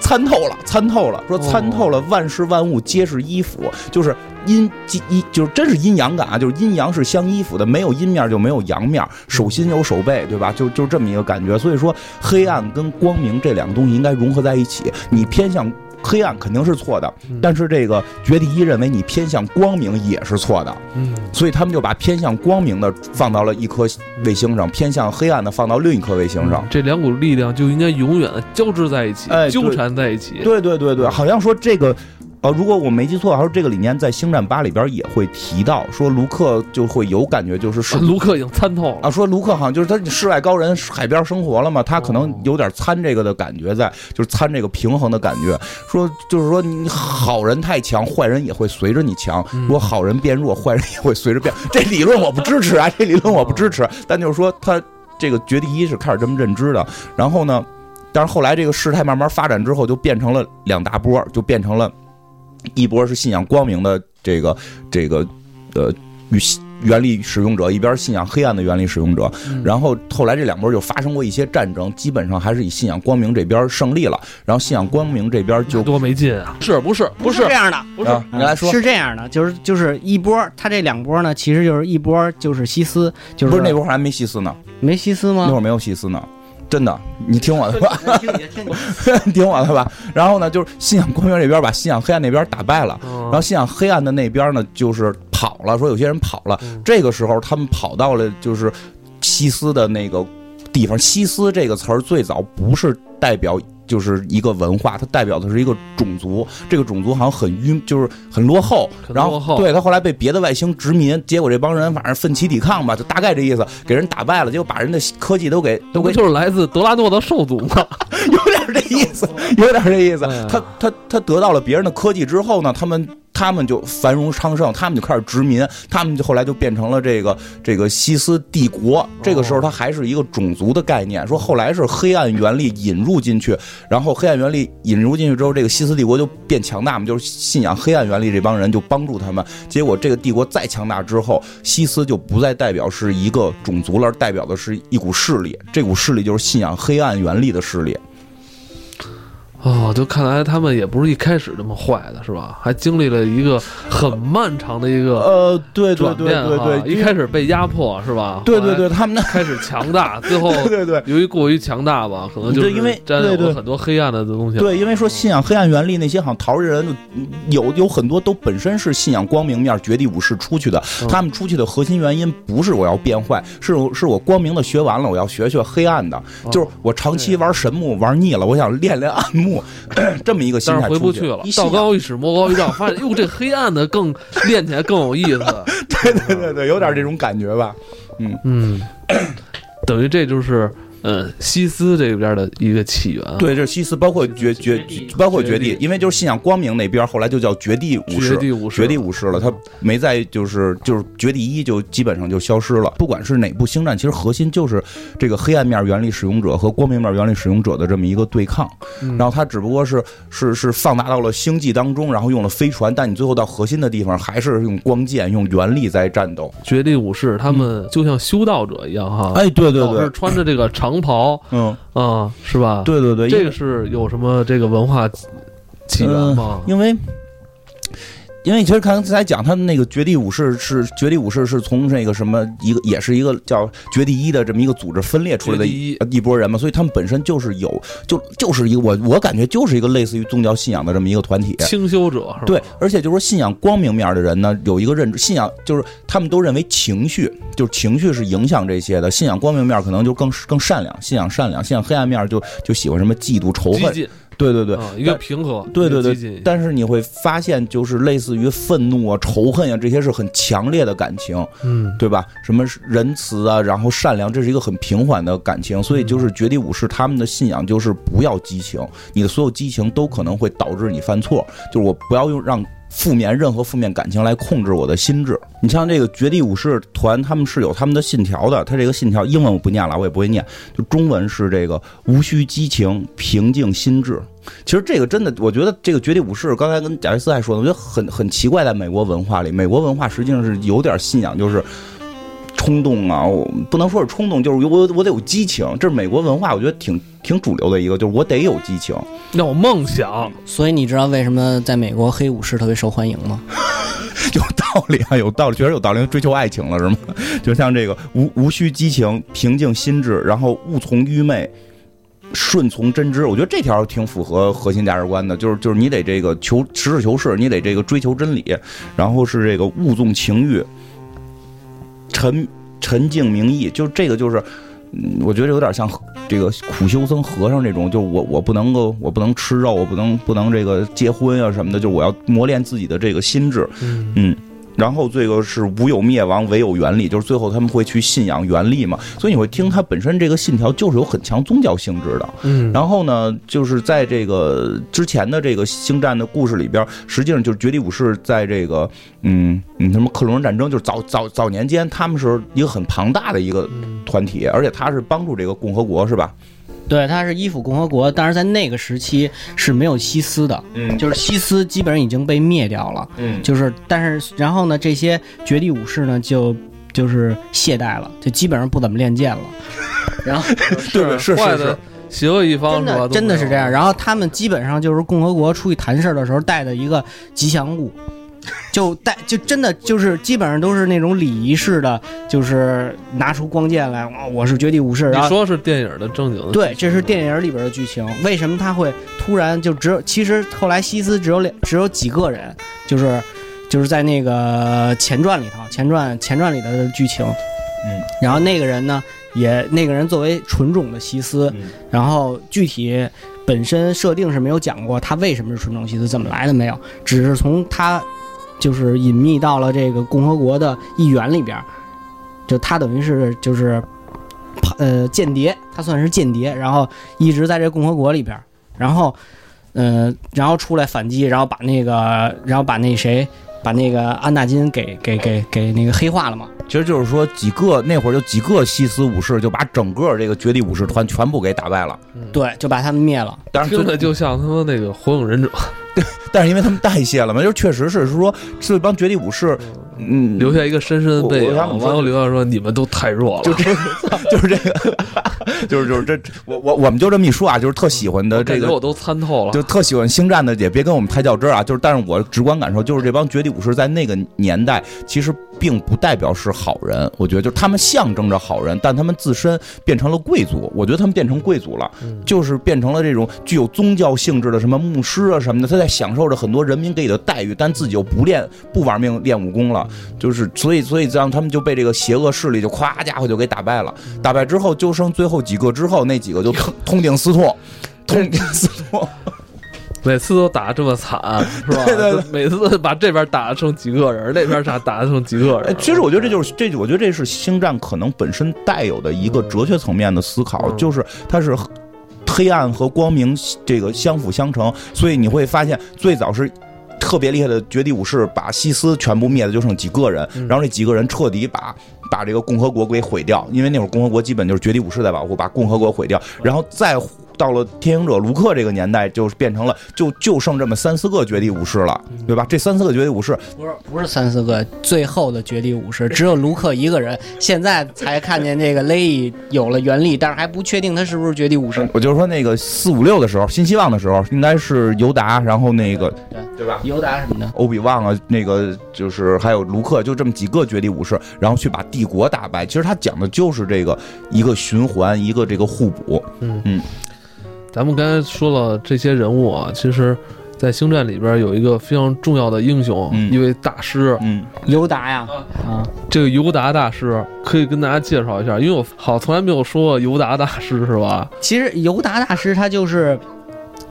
参透了，参透了，说参透了万事万物皆是衣服，就是阴即一，就是真是阴阳感啊，就是阴阳是相依附的，没有阴面就没有阳面，手心有手背，对吧？就就这么一个感觉。所以说，黑暗跟光明这两个东西应该融合在一起。你偏向黑暗肯定是错的，嗯 但是这个绝地一认为你偏向光明也是错的，嗯所以他们就把偏向光明的放到了一颗卫星上，偏向黑暗的放到另一颗卫星上。这两股力量就应该永远的交织在一起，哎对纠缠在一起。对对对对，好像说这个，呃，如果我没记错，好像这个理念在《星战八》里边也会提到，说卢克就会有感觉，就是是啊。卢克已经参透了，啊，说卢克好像就是他世外高人，海边生活了嘛，他可能有点参这个的感觉在，就是参这个平衡的感觉。说就是说，你好人太强，坏人也会随着你强；嗯如果好人变弱，坏人也会随着变。这理论我不支持啊，这理论我不支持。但就是说，他这个绝地一是开始这么认知的，然后呢，但是后来这个事态慢慢发展之后，就变成了两大波，就变成了一波是信仰光明的这个这个呃与原力使用者，一边信仰黑暗的原力使用者。嗯然后后来这两波就发生过一些战争，基本上还是以信仰光明这边胜利了，然后信仰光明这边就多没劲啊！是不是？不不是这，样的，不是啊，你来说。是这样的，就是就是一波，他这两波呢，其实就是一波就是西斯，就不是那会儿还没西斯呢，没西斯嗯那会吗？儿没有西斯呢，真的，你听我的吧，听你的听你的你 听我的吧。然后呢，就是信仰光明这边把信仰黑暗那边打败了，然然后信仰黑暗的那边呢，就是跑了，说有些人跑了。这个时候，他们跑到了就是西斯的那个地方。西斯这个词儿最早不是代表就是一个文化，它代表的是一个种族。这个种族好像很晕，就是很落后。很然落后后对他后来被别的外星殖民，结果这帮人反正奋起抵抗吧，就大概这意思，给人打败了，结果把人的科技都给都不给就是来自德拉诺的兽族 吗？有点这意思，有点这意思哎呀。他他他得到了别人的科技之后呢，他们他们就繁荣昌盛，他们就开始殖民，他们就后来就变成了这个这个西斯帝国。这个时候，它还是一个种族的概念。说后来是黑暗原力引入进去，然后黑暗原力引入进去之后，这个西斯帝国就变强大嘛，就是信仰黑暗原力这帮人就帮助他们。结果这个帝国再强大之后，西斯就不再代表是一个种族了，而代表的是一股势力。这股势力就是信仰黑暗原力的势力。哦，就看来他们也不是一开始这么坏的，是吧？还经历了一个很漫长的一个呃，对对转对变啊，对对，一因为开始哦被压迫，是吧？对对后来对，他们那开始强大，最后 对对对。由于过于强大吧，可能就是对因为沾对有对了很多黑暗的东西。对，因为说信仰黑暗原力那些好像逃人嗯有有很多都本身是信仰光明面绝地武士出去的，嗯他们出去的核心原因不是我要变坏，是我是我光明的学完了，我要学学黑暗的，哦就是我长期对玩神木玩腻了，我想练练暗木， 这么一个心但是态回出不去了一，信道仰高一尺，魔高一丈，发现哟，这黑暗的更练起来更有意 思。 对对对对，有点这种感觉吧。嗯，等于这就是呃西斯这边的一个起源啊。对，这是西斯，包括绝绝绝地，包括绝绝地地，因为就是信仰光明那边后来就叫绝地武士绝，地武士，绝地武士了，他没在就是就是绝地一就基本上就消失了。不管是哪部星战，其实核心就是这个黑暗面原力使用者和光明面原力使用者的这么一个对抗。嗯，然后他只不过是是是放大到了星际当中，然后用了飞船，但你最后到核心的地方还是用光剑、用原力在战斗。绝地武士他们就像修道者一样哈，嗯哎，对对老是对，穿着这个长袍嗯，啊，是吧？，对对对，因为这个是有什么这个文化起源吗？嗯因为。因为其实刚才讲他们那个绝地武士是绝地武士是从那个什么一个也是一个叫绝地一的这么一个组织分裂出来的绝地一呃一波人嘛，所以他们本身就是有就就是一个我我感觉就是一个类似于宗教信仰的这么一个团体。清修者是吧？对，而且就是说信仰光明面的人呢，有一个认知，信仰就是他们都认为情绪，就是情绪是影响这些的。信仰光明面可能就更更善良，信仰善良；信仰黑暗面就就喜欢什么嫉妒、仇激恨，进对对对，啊，一个平和，对对一个对激进但是你会发现，就是类似于愤怒啊、仇恨啊，这些是很强烈的感情，嗯，对吧？什么仁慈啊，然后善良，这是一个很平缓的感情。所以就是绝地武士他们的信仰就是不要激情，你的所有激情都可能会导致你犯错。就是我不要用让负面任何负面感情来控制我的心智。你像这个绝地武士团，他们是有他们的信条的，他这个信条英文我不念了，我也不会念，就中文是这个无需激情，平静心智。其实这个真的，我觉得这个《绝地武士》刚才跟贾维斯还说呢，我觉得很很奇怪，在美国文化里，美国文化实际上是有点信仰，就是冲动啊，我不能说是冲动，就是我我得有激情，这是美国文化，我觉得挺挺主流的一个，就是我得有激情。要有梦想， 所以你知道为什么在美国黑武士特别受欢迎吗？有道理啊，有道理，确实有道理。追求爱情了是吗？就像这个无无需激情，平静心智，然后勿从愚昧，顺从真知。我觉得这条挺符合核心价值观的，就是就是你得这个求实事求是，你得这个追求真理，然后是这个勿纵情欲，沉沉静明义。就这个就是。嗯我觉得有点像这个苦修僧和尚这种，就是我我不能够，我不能吃肉，我不能不能这个结婚啊什么的，就是我要磨练自己的这个心智，嗯嗯，然后这个是无有灭亡，唯有原力，就是最后他们会去信仰原力嘛，所以你会听它本身这个信条就是有很强宗教性质的。嗯，然后呢，就是在这个之前的这个星战的故事里边，实际上就是绝地武士在这个嗯嗯什么克隆人战争，就是早早早年间他们是一个很庞大的一个嗯团体，而且他是帮助这个共和国是吧？对，它是伊府共和国，但是在那个时期是没有西斯的，嗯就是西斯基本上已经被灭掉了。嗯就是，但是然后呢，这些绝地武士呢就就是懈怠了，就基本上不怎么练剑了。然后对是是坏是的，邪恶一方真是吧的真的是这样，，然后他们基本上就是共和国出去谈事儿的时候带的一个吉祥物。就带就真的就是基本上都是那种礼仪式的，就是拿出光剑来，哇我是绝地武士，都没有然后你说是电影的正经的，对，这是电影里边的剧情。为什么他会突然就只有？其实后来西斯只有两，只有几个人，就是就是在那个前传里头，前传前传里的剧情。嗯，然后那个人呢，也那个人作为纯种的西斯，嗯然后具体本身设定是没有讲过他为什么是纯种西斯，怎么来的没有，只是从他就是隐秘到了这个共和国的一员里边儿，就他等于是就是呃间谍，他算是间呃谍，然后一直在这共和国里边儿，然后呃然后出来反击，然后把那个然后把那谁。把那个安纳金给给给给那个黑化了嘛？其实就是说几个那会儿就几个西斯武士就把整个这个绝地武士团全部给打败了。嗯，对，就把他们灭了。当然最听着就像他妈那个火影忍者，但是因为他们代谢了嘛，就是确实是说这帮绝地武士，嗯，留下一个深深的背我影。我想怎么说网友留言说：“你们都太弱了。就这， 就是这个， 就是就是这，我我我们就这么一说啊，就是特喜欢”的这感觉个。我都参透了，就特喜欢星战的，也别跟我们太较真儿啊。就是，但是我直观感受就是，这帮绝地武士在那个年代，其实并不代表是好人。我觉得，就是他们象征着好人，但他们自身变成了贵族。我觉得他们变成贵族了，嗯就是变成了这种具有宗教性质的什么牧师啊什么的，他在享受着很多人民给予的待遇，但自己又不练不玩命练武功了，嗯就是所以所以这样他们就被这个邪恶势力就夸家嗯伙就给打败了，打败之后就剩最后几个之后那几 个就通通顶私通。通顶私通，每次都打得这么惨，是吧？对对对就每次把这边打得剩几个人，那边打打得剩几个哎人。其实我觉得这就是这，我觉得这是星战可能本身带有的一个哲学层面的思考，嗯就是它是黑暗和光明这个相辅相成，所以你会发现最早是。特别厉害的绝地武士把西斯全部灭的就剩几个人，嗯然后这几个人彻底把把这个共和国给毁掉，因为那会儿共和国基本就是绝地武士在保护，把共和国毁掉，嗯然后再到了天行者卢克这个年代，就变成了就就剩这么三四个绝地武士了，嗯对吧？这三四个绝地武士不是不是三四个，最后的绝地武士只有卢克一个人，现在才看见这个雷伊有了原力，但是还不确定他是不是绝地武士。我就是说那个四五六的时候，新希望的时候，应该是尤达，然后那个对对吧？尤达什么的，欧比旺啊，那个就是还有卢克，就这么几个绝地武士，然后去把帝国打败。其实他讲的就是这个一个循环，一个这个互补。嗯咱们刚才说了这些人物啊，其实，在星战里边有一个非常重要的英雄，嗯一位大师，嗯，尤达呀，啊，这个尤达大师，可以跟大家介绍一下，因为我好像从来没有说过尤达大师是吧？其实尤达大师他就是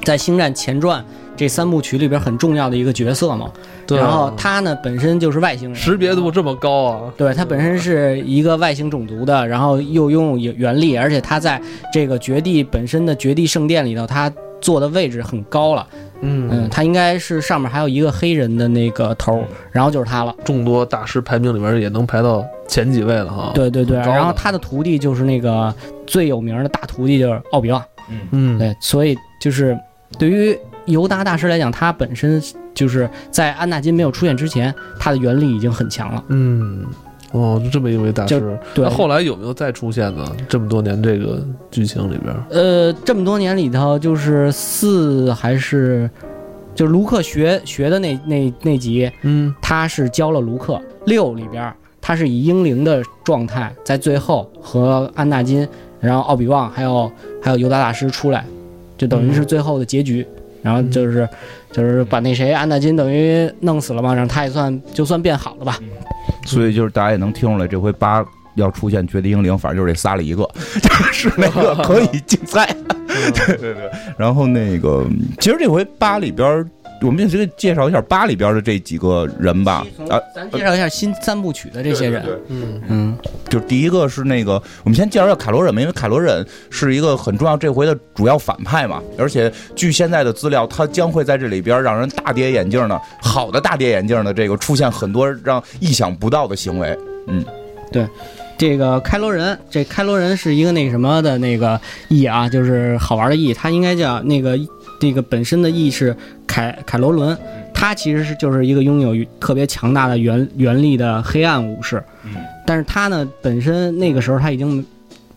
在《星战前传》这三部曲里边很重要的一个角色嘛。对然后他呢本身就是外星人，识别度这么高啊，对，他本身是一个外星种族的，然后又拥有原力，而且他在这个绝地本身的绝地圣殿里头，他坐的位置很高了。嗯，嗯，他应该是上面还有一个黑人的那个头儿，然后就是他了。众多大师排名里面也能排到前几位了哈。，对对对，哦很高的然后他的徒弟就是那个最有名的大徒弟就是奥比旺。嗯，对，所以就是对于尤达大师来讲，他本身就是在安纳金没有出现之前，他的原力已经很强了。嗯，哦，就这么一位大师。对，那后来有没有再出现呢？这么多年这个剧情里边，呃，这么多年里头，就是四还是就是卢克学学的那那那集，嗯，他是教了卢克。六里边儿，他是以英灵的状态，在最后和安纳金，然后奥比旺还有还有尤达大师出来，就等于是最后的结局。然后就是就是把那谁安纳金等于弄死了嘛，然后他也算就算变好了吧。所以就是大家也能听出来，这回八要出现绝地英灵，反正就是这仨里一个，就是那个可以竞赛。 对对对。然后那个，其实这回八里边儿，我们就介绍一下八里边儿的这几个人吧。啊，咱介绍一下新三部曲的这些人，对对对嗯嗯，就是第一个是那个，我们先介绍一下凯罗忍吧，因为凯罗忍是一个很重要这回的主要反派嘛，而且据现在的资料，他将会在这里边让人大跌眼镜的，好的大跌眼镜的这个出现很多让意想不到的行为。这个开罗人，这开罗人是一个那什么的那个翼啊，就是好玩的翼，它应该叫那个那个本身的翼是凯凯罗伦，他其实是就是一个拥有特别强大的原原力的黑暗武士，嗯，但是他呢本身那个时候他已经，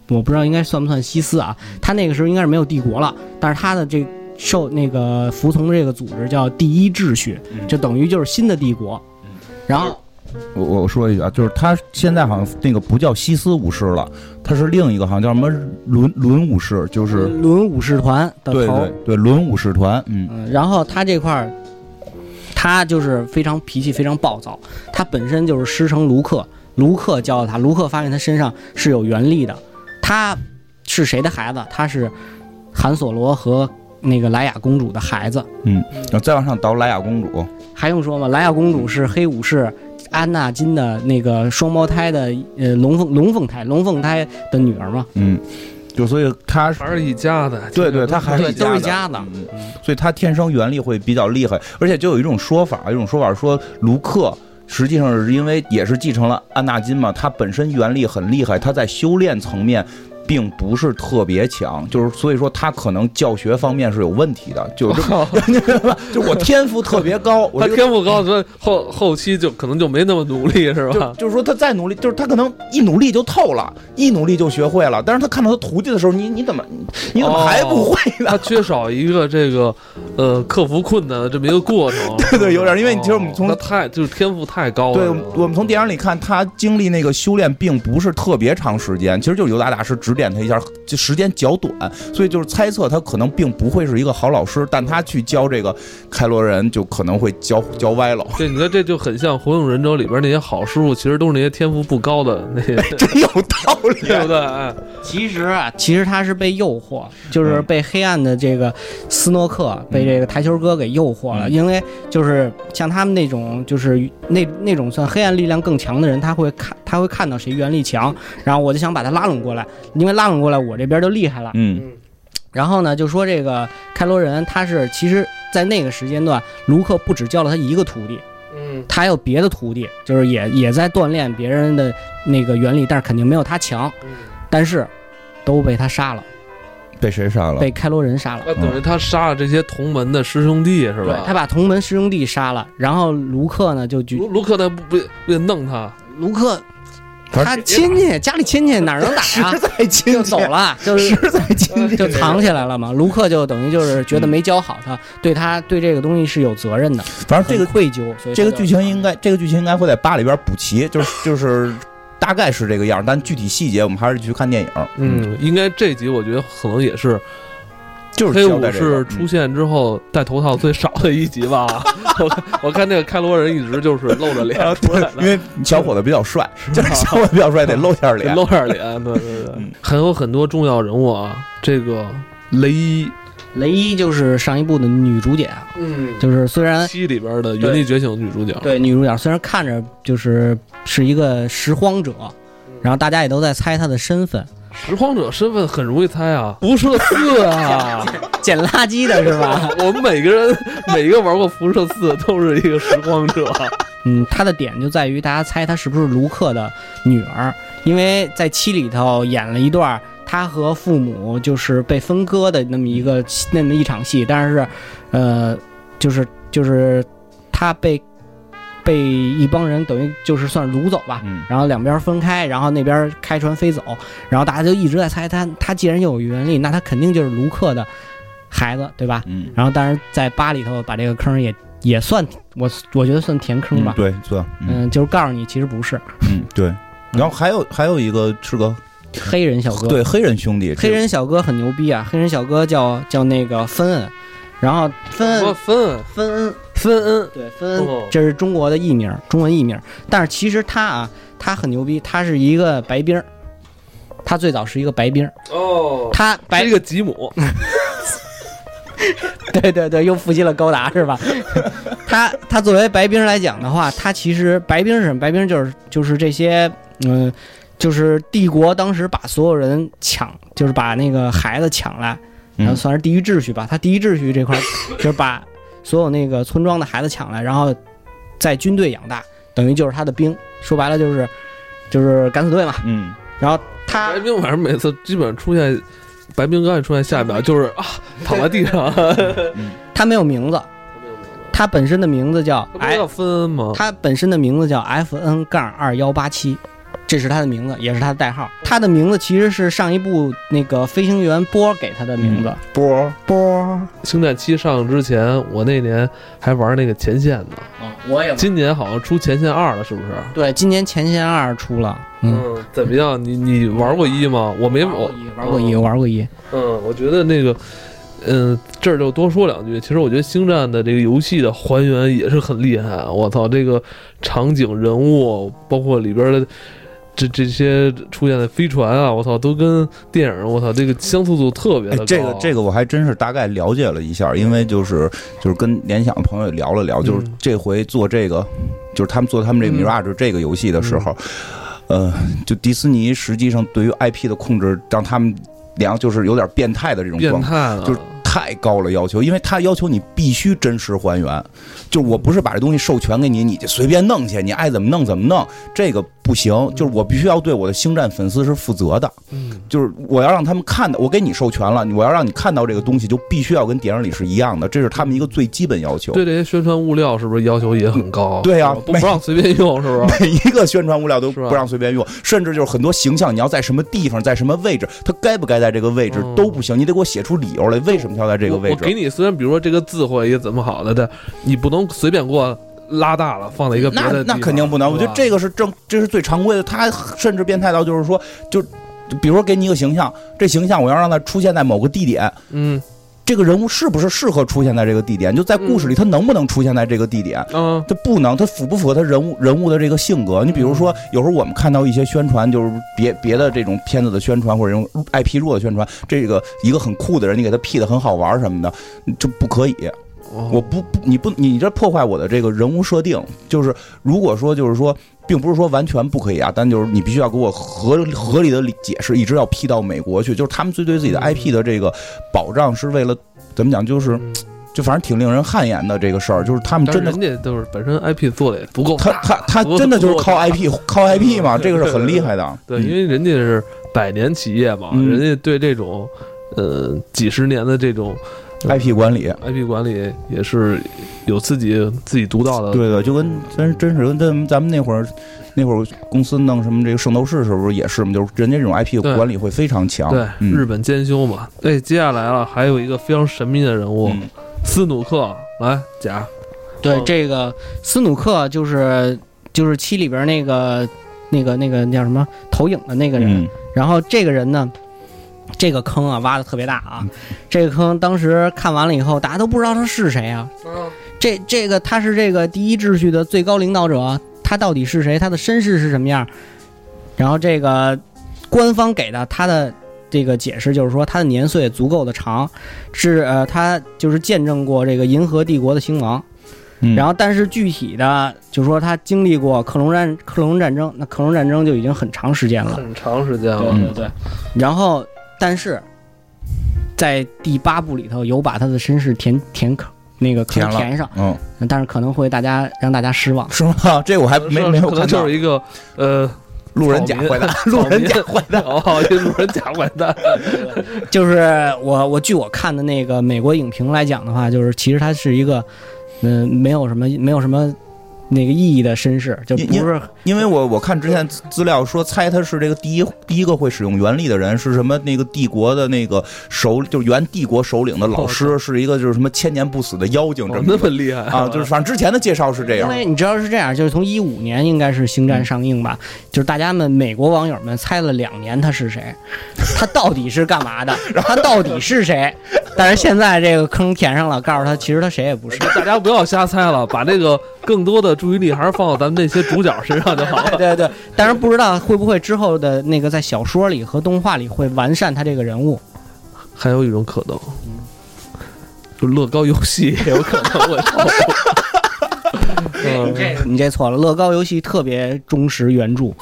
我不知道应该算不算西斯啊，他那个时候应该是没有帝国了，但是他的这受那个服从的这个组织叫第一秩序，就等于就是新的帝国嗯，然后我我我说一句啊，就是他现在好像那个不叫西斯武士了，他是另一个好像叫什么轮轮武士，就是轮武士团的头对儿对对轮武士团，嗯嗯，然后他这块儿，他就是非常脾气非常暴躁，他本身就是师承卢克，卢克教的他，卢克发现他身上是有原力的，他是谁的孩子？他是韩索罗和那个莱雅公主的孩子，嗯，然后再往上倒莱雅公主，还用说吗？莱雅公主是黑武士安纳金的那个双胞胎的呃龙凤龙凤胎龙凤胎的女儿嘛，嗯，就所以他还是一家的。对对，他还是对，家都的是家的。嗯，所以他天生原力会比较厉害，而且就有一种说法，有一种说法说卢克。实际上是因为也是继承了安纳金嘛，他本身原力很厉害，他在修炼层面并不是特别强，就是所以说他可能教学方面是有问题的，就 就我天赋特别高，我他这个天赋高，所以后后期就可能就没那么努力，是就吧？就是说他再努力，就是他可能一努力就透了，一努力就学会了，但是他看到他徒弟的时候，你你怎么你怎么还不会呢？他缺少一个这个呃克服困难的这么一个过程。 对对有点因为你其实我们哦从那太就是天赋太高了。对，我们我们从电影里看，他经历那个修炼并不是特别长时间，其实就是尤达大师指点他一下，就时间较短，所以就是猜测他可能并不会是一个好老师，但他去教这个开罗人就可能会教教歪 了。对，你看这就很像《火影忍者》里边那些好师傅，其实都是那些天赋不高的 那些，真有道理啊对不对？哎其实啊，嗯其实他是被诱惑，就是被黑暗的这个斯诺克，被这个台球哥给诱惑了。嗯因为就是像他们那种，就是那那种算黑暗力量更强的人，他会看他会看到谁原力强，然后我就想把他拉拢过来，因为拉拢过来我这边就厉害了。嗯然后呢，就说这个开罗人，他是其实在那个时间段，卢克不只教了他一个徒弟，嗯他还有别的徒弟，就是也也在锻炼别人的那个原力，但是肯定没有他强，嗯但是都被他杀了。被谁杀了？被开罗人杀了，那等于他杀了这些同门的师兄弟，是吧？他把同门师兄弟杀了，然后卢克呢就举卢卢克他不不不得弄他，卢克，反正他亲戚家里亲戚哪儿能 打实啊？在就亲切走，了，就是实在亲切，就藏起来了嘛。卢克就等于就是觉得没教好他，对他对这个东西是有责任的，反正这很个愧疚。所以这个他就剧情应该，这个剧情应该会在八里边补齐， 就是就是大概是这个样儿，但具体细节我们还是去看电影。，嗯，应该这集我觉得可能也是就是黑交武代这个嗯士出现之后戴头套最少的一集吧。 我看我看那个开罗人一直就是露着脸啊，出来对， 的，因为小伙子比较帅，吧就是小伙子比较帅，得露下得 脸。露 着脸。对对对嗯，还有很多重要人物啊，这个雷伊雷伊就是上一部的女主角，啊嗯，就是虽然七里边的《原力觉醒》女主角，对女主角虽然看着就是是一个拾荒者，然后大家也都在猜她的身份，拾荒者身份很容易猜啊，辐射四 啊，捡垃圾的是吧？我们每个人每个玩过辐射四都是一个拾荒者，嗯，她的点就在于大家猜她是不是卢克的女儿，因为在七里头演了一段她和父母就是被分割的那么一个那么一场戏，但是，呃，就是就是她被被一帮人等于就是算掳走吧，嗯，然后两边分开，然后那边开船飞走，然后大家就一直在猜他，他既然有原力，那他肯定就是卢克的孩子，对吧？嗯，然后当然在八里头把这个坑也也算我我觉得算填坑吧，对，算，嗯嗯，就是告诉你其实不是嗯，对。然后还有还有一个是个黑人小哥，对黑人兄弟，黑人小哥很牛逼啊，黑人小哥叫叫那个芬恩，然后嗯芬什么恩分芬恩分恩，对，芬恩哦，这是中国的译名，中文译名。但是其实他啊，他很牛逼，他是一个白兵儿，他最早是一个白兵儿，哦，他白是一个吉姆， 对对对，又复习了高达是吧？他他作为白兵来讲的话，他其实白兵是什么？白兵就是就是这些嗯、就是帝国当时把所有人抢，就是把那个孩子抢来，然后嗯算是地狱秩序吧。他地狱秩序这块儿就是把所有那个村庄的孩子抢来，然后在军队养大，等于就是他的兵。说白了就是就是敢死队嘛。嗯，然后他白冰反正每次基本上出现，白冰刚一出现，下一秒就是啊躺在地上，他没有名字，他本身的名字叫他不哎叫分恩吗？他本身的名字叫 FN 杠二幺八七，这是他的名字，也是他的代号。他的名字其实是上一部那个飞行员波给他的名字。波儿波，星战七上之前，我那年还玩那个前线呢，哦我也今年好像出前线二了，是不是？对，今年《前线二》出了，嗯，嗯，怎么样？你你玩过一吗？我没我，玩过一，我玩过一，嗯，我觉得那个，嗯，这儿就多说两句。其实我觉得星战的这个游戏的还原也是很厉害啊。我操，这个场景、人物，包括里边的这这些出现的飞船啊，我操，都跟电影，我操，这个相似度特别哎的高。，这个这个我还真是大概了解了一下，因为就是就是跟联想的朋友也聊了聊，就是嗯这回做这个，就是他们做他们这嗯个 Mirage 这个游戏的时候，呃，就迪士尼实际上对于 IP 的控制，让他们俩就是有点变态的这种变状态。态啊了，就是太高了要求，因为他要求你必须真实还原，就是我不是把这东西授权给你，你就随便弄去，你爱怎么弄怎么弄，这个不行，就是我必须要对我的星战粉丝是负责的，嗯，就是我要让他们看到，我给你授权了，我要让你看到这个东西，就必须要跟电影里是一样的，这是他们一个最基本要求。对这些宣传物料是不是要求也很高？啊对啊呀不不让随便用，是不是？每 一个宣传物料都是吧不让随便用，甚至就是很多形象，你要在什么地方，在什么位置，它该不该在这个位置嗯都不行，你得给我写出理由来，为什么要在这个位我我给置？你，虽然比如说这个字或者一个怎么好的，但你不能随便给我拉大了放在一个别那的地那方肯定不能，我觉得这个是正，这是最常规的。他甚至变态到就是说，就就比如说给你一个形象，这形象我要让它出现在某个地点，嗯这个人物是不是适合出现在这个地点？就在故事里，他能不能出现在这个地点？嗯他不能，他符不符合他人物人物的这个性格？你比如嗯说，有时候我们看到一些宣传，就是别别的这种片子的宣传或者这种 IP 弱的宣传，这个一个很酷的人，你给他 P 的很好玩什么的，这不可以。哦我不不，你不你这破坏我的这个人物设定。就是如果说就是说，并不是说完全不可以啊，但就是你必须要给我合合理的理解释，一直要 P 到美国去。就是他们最对自己嗯的 IP 的这个保障是为了怎么讲？就是嗯就反正挺令人汗颜的这个事儿，就是他们但是真的人家就是本身 IP 做的也不够他大，他他不够真的就是不够靠大 IP 靠 IP 嘛，这个是很厉害的。嗯对，因为人家是百年企业嘛，嗯人家对这种呃几十年的这种嗯 IP 管理， IP 管理也是有自己自己独到的。对的，就跟真真是跟咱们咱们那会儿那会儿公司弄什么这个圣斗士时候也是嘛，就是人家这种 IP 对管理会非常强。对，嗯日本兼修嘛。哎，接下来了，还有一个非常神秘的人物，嗯斯努克，来贾，对嗯，这个斯努克就是就是七里边那个那个那个叫什么投影的那个人，嗯然后这个人呢，这个坑啊挖的特别大啊，这个坑当时看完了以后，大家都不知道他是谁啊。这这个他是这个第一秩序的最高领导者，他到底是谁？他的身世是什么样？然后这个官方给的他的这这个解释就是说，它的年岁足够的长，是呃，它就是见证过这个银河帝国的兴亡。嗯然后，但是具体的就是说，它经历过克隆战克隆战争，那克隆战争就已经很长时间了。很长时间了。对对对。然后，但是在第八部里头有把他的身世填填坑，那个坑填了填上，嗯，但是可能会大家让大家失望。是吗？这我还没没有可看能就到是一个呃，路人甲 坏蛋，路人甲坏蛋，哦，一路人假坏 蛋， 就是我我据我看的那个美国影评来讲的话，就是其实他是一个，嗯、没有什么没有什么那个意义的绅士，就因不是因为我我看之前资资料说，猜他是这个第一第一个会使用原力的人是什么？那个帝国的那个首，就是原帝国首领的老师，是一个就是什么千年不死的妖精，哦这么那 一个么厉害啊，就是反正之前的介绍是这因样。为你知道是这样，就是从一五年应该是《星战》上映吧，就是大家们美国网友们猜了两年他是谁， 他到底是干 嘛的，他到底是谁？但是现在这个坑填上了，告诉他其实他谁也不是。大家不要瞎猜了，把这个更多的注意力还是放到咱们这些主角身上就好了。 对对，但是不知道会不会之后的那个在小说里和动画里会完善他这个人物。还有一种可能，就乐高游戏也有可能会透露。嗯，你这错了，乐高游戏特别忠实原著，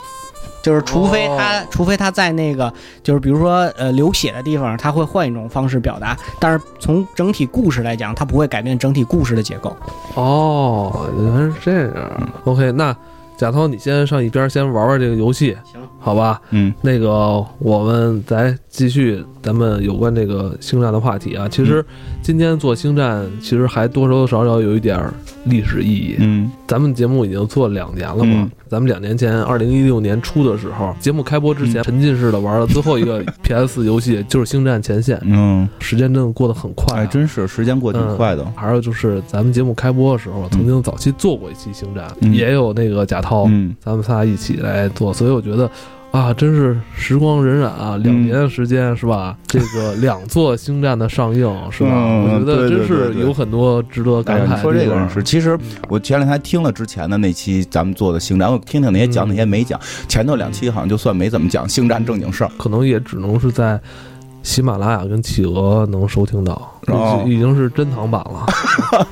就是除非他，哦除非他在那个，就是比如说呃流血的地方，他会换一种方式表达，但是从整体故事来讲，它不会改变整体故事的结构。哦，原来是这样。OK，那贾涛，你先上一边，先玩玩这个游戏，行，好吧？嗯，那个，我们再继续咱们有关这个星战的话题啊。其实今天做星战，其实还多多少少有一点儿历史意义。嗯咱们节目已经做两年了嘛，嗯咱们两年前，二零一六年初的时候，节目开播之前，嗯沉浸式的玩了最后 一个 PS 游戏，就是《星战前线》，嗯，时间真的过得很快、啊。哎，真是时间过嗯挺快的。还有就是咱们节目开播的时候，曾经早期做过一期《星战》嗯也有那个贾涛，嗯，咱们仨一起来做，所以我觉得。啊，真是时光荏苒嗯啊！两年的时间、是吧？这个两座星战的上映是吧？嗯我觉得对对真对是对有很多值得哎感呀，慨的地方。嗯你说这个人是，其实我前两天还听了之前的那期咱们做的星战，我听听哪些讲嗯哪些没讲，前头两期好像就算没怎么讲星战正经事儿。 可能也只能是在喜马拉雅跟企鹅能收听到，哦已经是珍藏版了。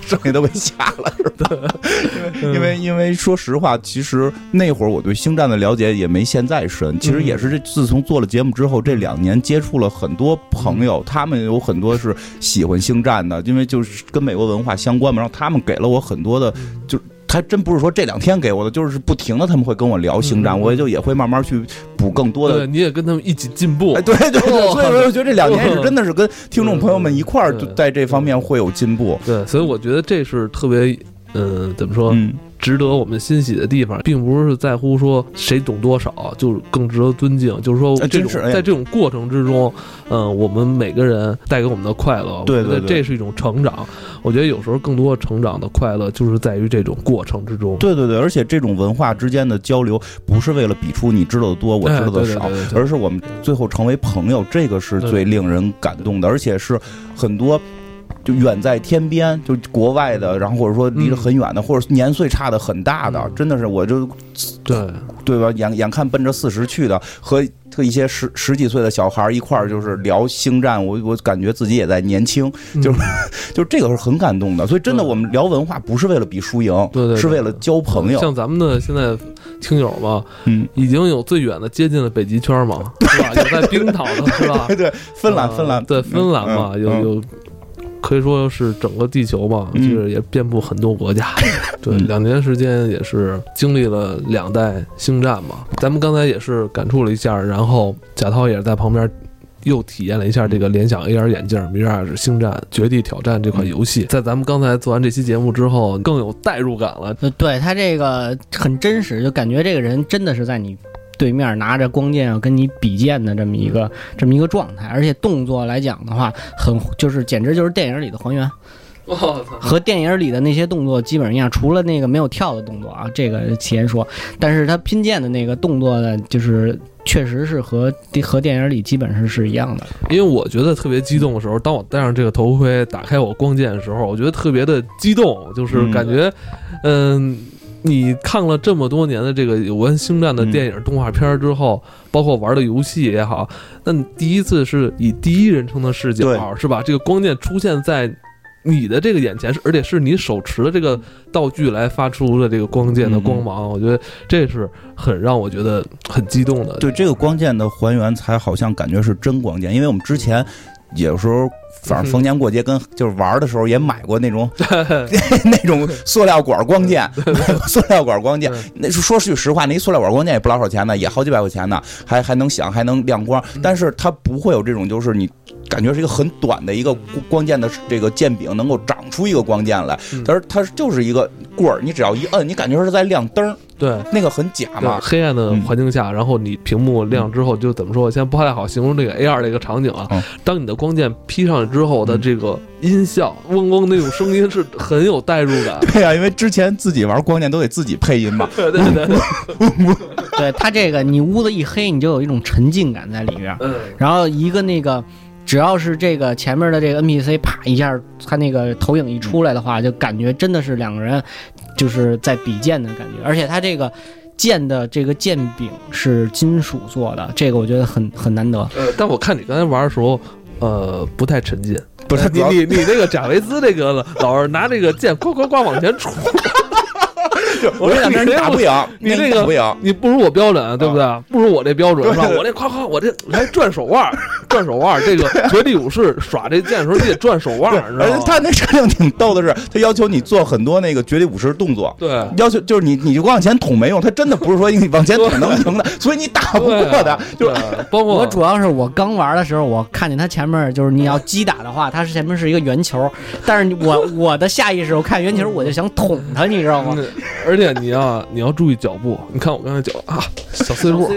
剩下都被吓了，是吧？ 因嗯为因为因为说实话，其实那会儿我对星战的了解也没现在深。其嗯实也是这自从做了节目之后，这两年接触了很多朋嗯友，他们有很多是喜欢星战的，因为就是跟美国文化相关嘛，然后他们给了我很多的嗯就。还真不是说这两天给我的，就是不停的他们会跟我聊星战，嗯我也就也会慢慢去补更多的对，你也跟他们一起进步哎，。对对 对，哦所以说我觉得这两年也是真的是跟听众朋友们一块儿嗯就在这方面会有进步。对，所以我觉得这是特别，嗯、怎么说，嗯值得我们欣喜的地方，并不是在乎说谁懂多少，就是更值得尊敬。就是说哎，这真种是哎在这种过程之中，嗯，我们每个人带给我们的快乐，对我觉得对对这是一种成长。我觉得有时候更多成长的快乐，就是在于这种过程之中。对对对，而且这种文化之间的交流，不是为了比出你知道的多，我知道的少哎对对对对，对而是我们最后成为朋友，这个是最令人感动的，而且是很多。就远在天边，就国外的，然后或者说离得很远的，或者年岁差的很大的，嗯真的是我就对，对吧？眼眼看奔着四十去的，和和一些十十几岁的小孩一块儿就是聊星战，我我感觉自己也在年轻，就是就这个是很感动的。所以真的，对我们聊文化不是为了比输赢，对对对是为了交朋友。像咱们的现在听友嘛，嗯，已经有最远的接近了北极圈 嘛，是吧？有在冰岛的是吧对？对，芬兰，啊芬兰，对芬兰嘛，嗯有嗯有。可以说是整个地球嘛，嗯就是也遍布很多国家。 对，嗯两年时间也是经历了两代星战嘛。咱们刚才也是感触了一下，然后贾涛也是在旁边又体验了嗯一下这个联想 AR 眼镜《Mirage 啊星战：绝地挑战》嗯这款游戏。在咱们刚才做完这期节目之后，更有代入感了。呃，对他这个很真实，就感觉这个人真的是在你对面拿着光剑要跟你比剑的这么一个这么一个状态，而且动作来讲的话，很就是简直就是电影里的还原，我操！和电影里的那些动作基本上一样，除了那个没有跳的动作啊，这个先说，但是他拼剑的那个动作呢，就是确实是和和电影里基本上是一样的。因为我觉得特别激动的时候，当我戴上这个头盔，打开我光剑的时候，我觉得特别的激动，就是感觉，嗯。你看了这么多年的这个有关星战的电影、动画片儿之后，包括玩的游戏也好，那你第一次是以第一人称的视角对是吧？这个光剑出现在你的这个眼前，是而且是你手持的这个道具来发出的这个光剑的光嗯芒，我觉得这是很让我觉得很激动的。对这个光剑的还原，才好像感觉是真光剑，因为我们嗯之前有时候。反正逢年过节跟就是玩的时候也买过 那种那种塑料管光剑，塑料管光剑嗯，那是说句实话，那一塑料管光剑也不老少钱呢，也好几百块钱呢，还还能响，还能亮嗯光，但是它不会有这种就是你感觉是一个很短的一个光光剑的这个剑柄能够长出一个光剑来嗯，但是它就是一个棍儿，你只要一摁，你感觉是在亮灯儿，对，那个很假对嘛，黑暗嗯的环境下，然后你屏幕亮之后，就怎么说？我现在不太好形容这个 A R 这个场景啊嗯。。当你的光剑劈上去之后的这个音效，嗡嗡那种声音是很有代入感 对呀、因为之前自己玩光剑都得自己配音嘛。对对对，对对它这个你屋子一黑，你就有一种沉浸感在里边儿。 嗯，然后一个那个，只要是这个前面的这个 NPC 啪一下，他那个投影一出来的话，就感觉真的是两个人就是在比剑的感觉，而且他这个。剑的这个剑柄是金属做的，这个我觉得很很难得。呃，但我看你刚才玩的时候。呃，不太沉浸。呃不是，你呃主要你你那个贾维斯这个老是拿这个剑呱呱呱往前 杵，我这两天你打不赢，你那这打个不啊赢。你不如我标准，啊对不对？不如我这标准是吧？我这夸夸，我这来转手腕儿，转手腕儿。这个绝地武士耍这剑的时候，你得转手腕儿，你知而道且吗？他那设定挺逗的是，他要求你做很多那个绝地武士动作，对，要求就是你你就光往前捅没用，他真的不是说你往前捅能赢的，所以你打不对过啊的。就是对包括我主要是我刚玩的时候，我看见他前面就是你要击打的话，他是前面是一个圆球，但是我我的下意识我看圆球我就想捅他，你知道吗？嗯而且你要你要注意脚步，你看我刚才脚啊，小碎步，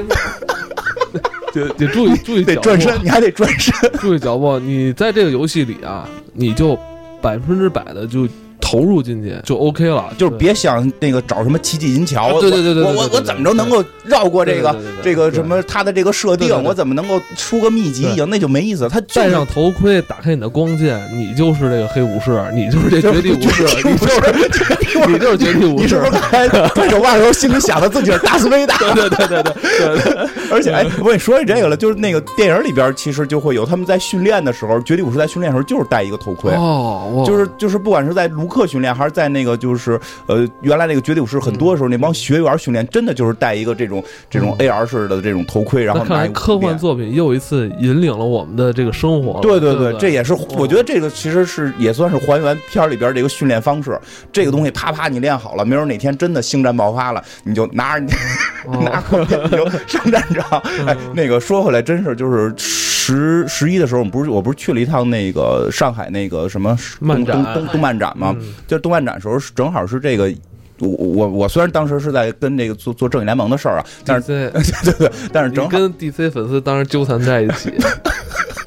得得注意注意得脚步，转身，你还得转身。注意脚步。你在这个游戏里啊，你就百分之百的就投入进去就 OK 了，就是别想那个找什么奇技淫啊巧，对对对对我对我对对我怎么着能够绕过这个对对对对对这个什么他的这个设对对定，对我怎么能够出个秘籍对赢？那就没意思。他就戴是上头盔，打开你的光剑，你就是这个黑武士，你就是这绝地武士，你就是你就是绝 地武你是士不是。刚才拍手腕的时候心里想的自己是达斯维达？对对对对对对对，而且，嗯哎，我跟你说起这个了，就是那个电影里边其实就会有他们在训练的时候，绝地武士在训练的时候就是戴一个头盔。哦，哇就是就是，不管是在卢克训练，还是在那个就是呃原来那个绝地武士很多的时嗯候，那帮学员训练，真的就是戴一个这种这种 AR 式的这种头盔，然那后看拿来一个科幻练作品又一次引领了我们的这个生活了。对对哦对对，这也是我觉得这个其实是也算是还原片儿里边这个训练方式。这个东西啪啪你练好了，没准哪天真的星战爆发了，你就拿着 哦拿过来你就上战场。哎，那个说回来，真是就是十十一的时候，我们不是我不是去了一趟那个上海那个什么漫东展东东动漫展嘛，嗯就是动漫展的时候是正好是这个。我我我虽然当时是在跟这个做做正义联盟的事儿啊，但是 DC 对对，但是你正好跟 DC 粉丝当时纠缠在一 起。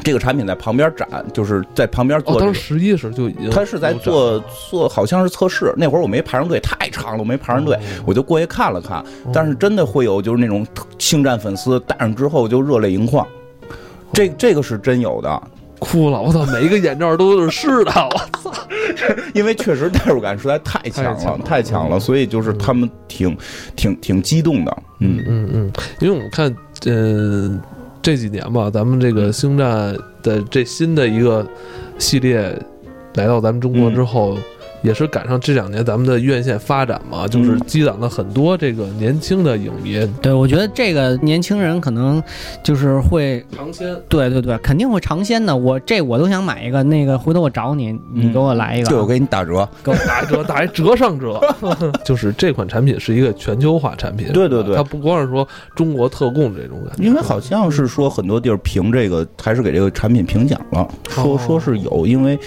这个产品在旁边展，就是在旁边做、哦，这当个时十一时就已经他是在有展做了做，好像是测试。那会儿我没排上队，太长了，我没排上队，哦我就过去看了看。但是真的会有就是那种星战粉丝戴上之后就热泪盈眶，哦这这个是真有的，哭了，我操，每一个眼罩都是湿的，我 操因为确实代入感实在太强太强了了，嗯太强了，所以就是他们挺挺挺激动的，嗯。嗯嗯，因为我们看，呃，这几年吧，咱们这嗯个星战的这新的一个系列来到咱们中嗯国之后。也是赶上这两年咱们的院线发展嘛，就是嗯积攒了很多这个年轻的影迷，对，我觉得这个年轻人可能就是会尝鲜对对对，肯定会尝鲜的。我这我都想买一个，那个回头我找你，你给我来一个。啊对，嗯我给你打折。打一折，打一折上 折，就是这款产品是一个全球化产品，对对对它不光是说中国特供这种感觉，因为好像是说很多地儿评这个，还是给这个产品评奖了，说哦说是有，因为，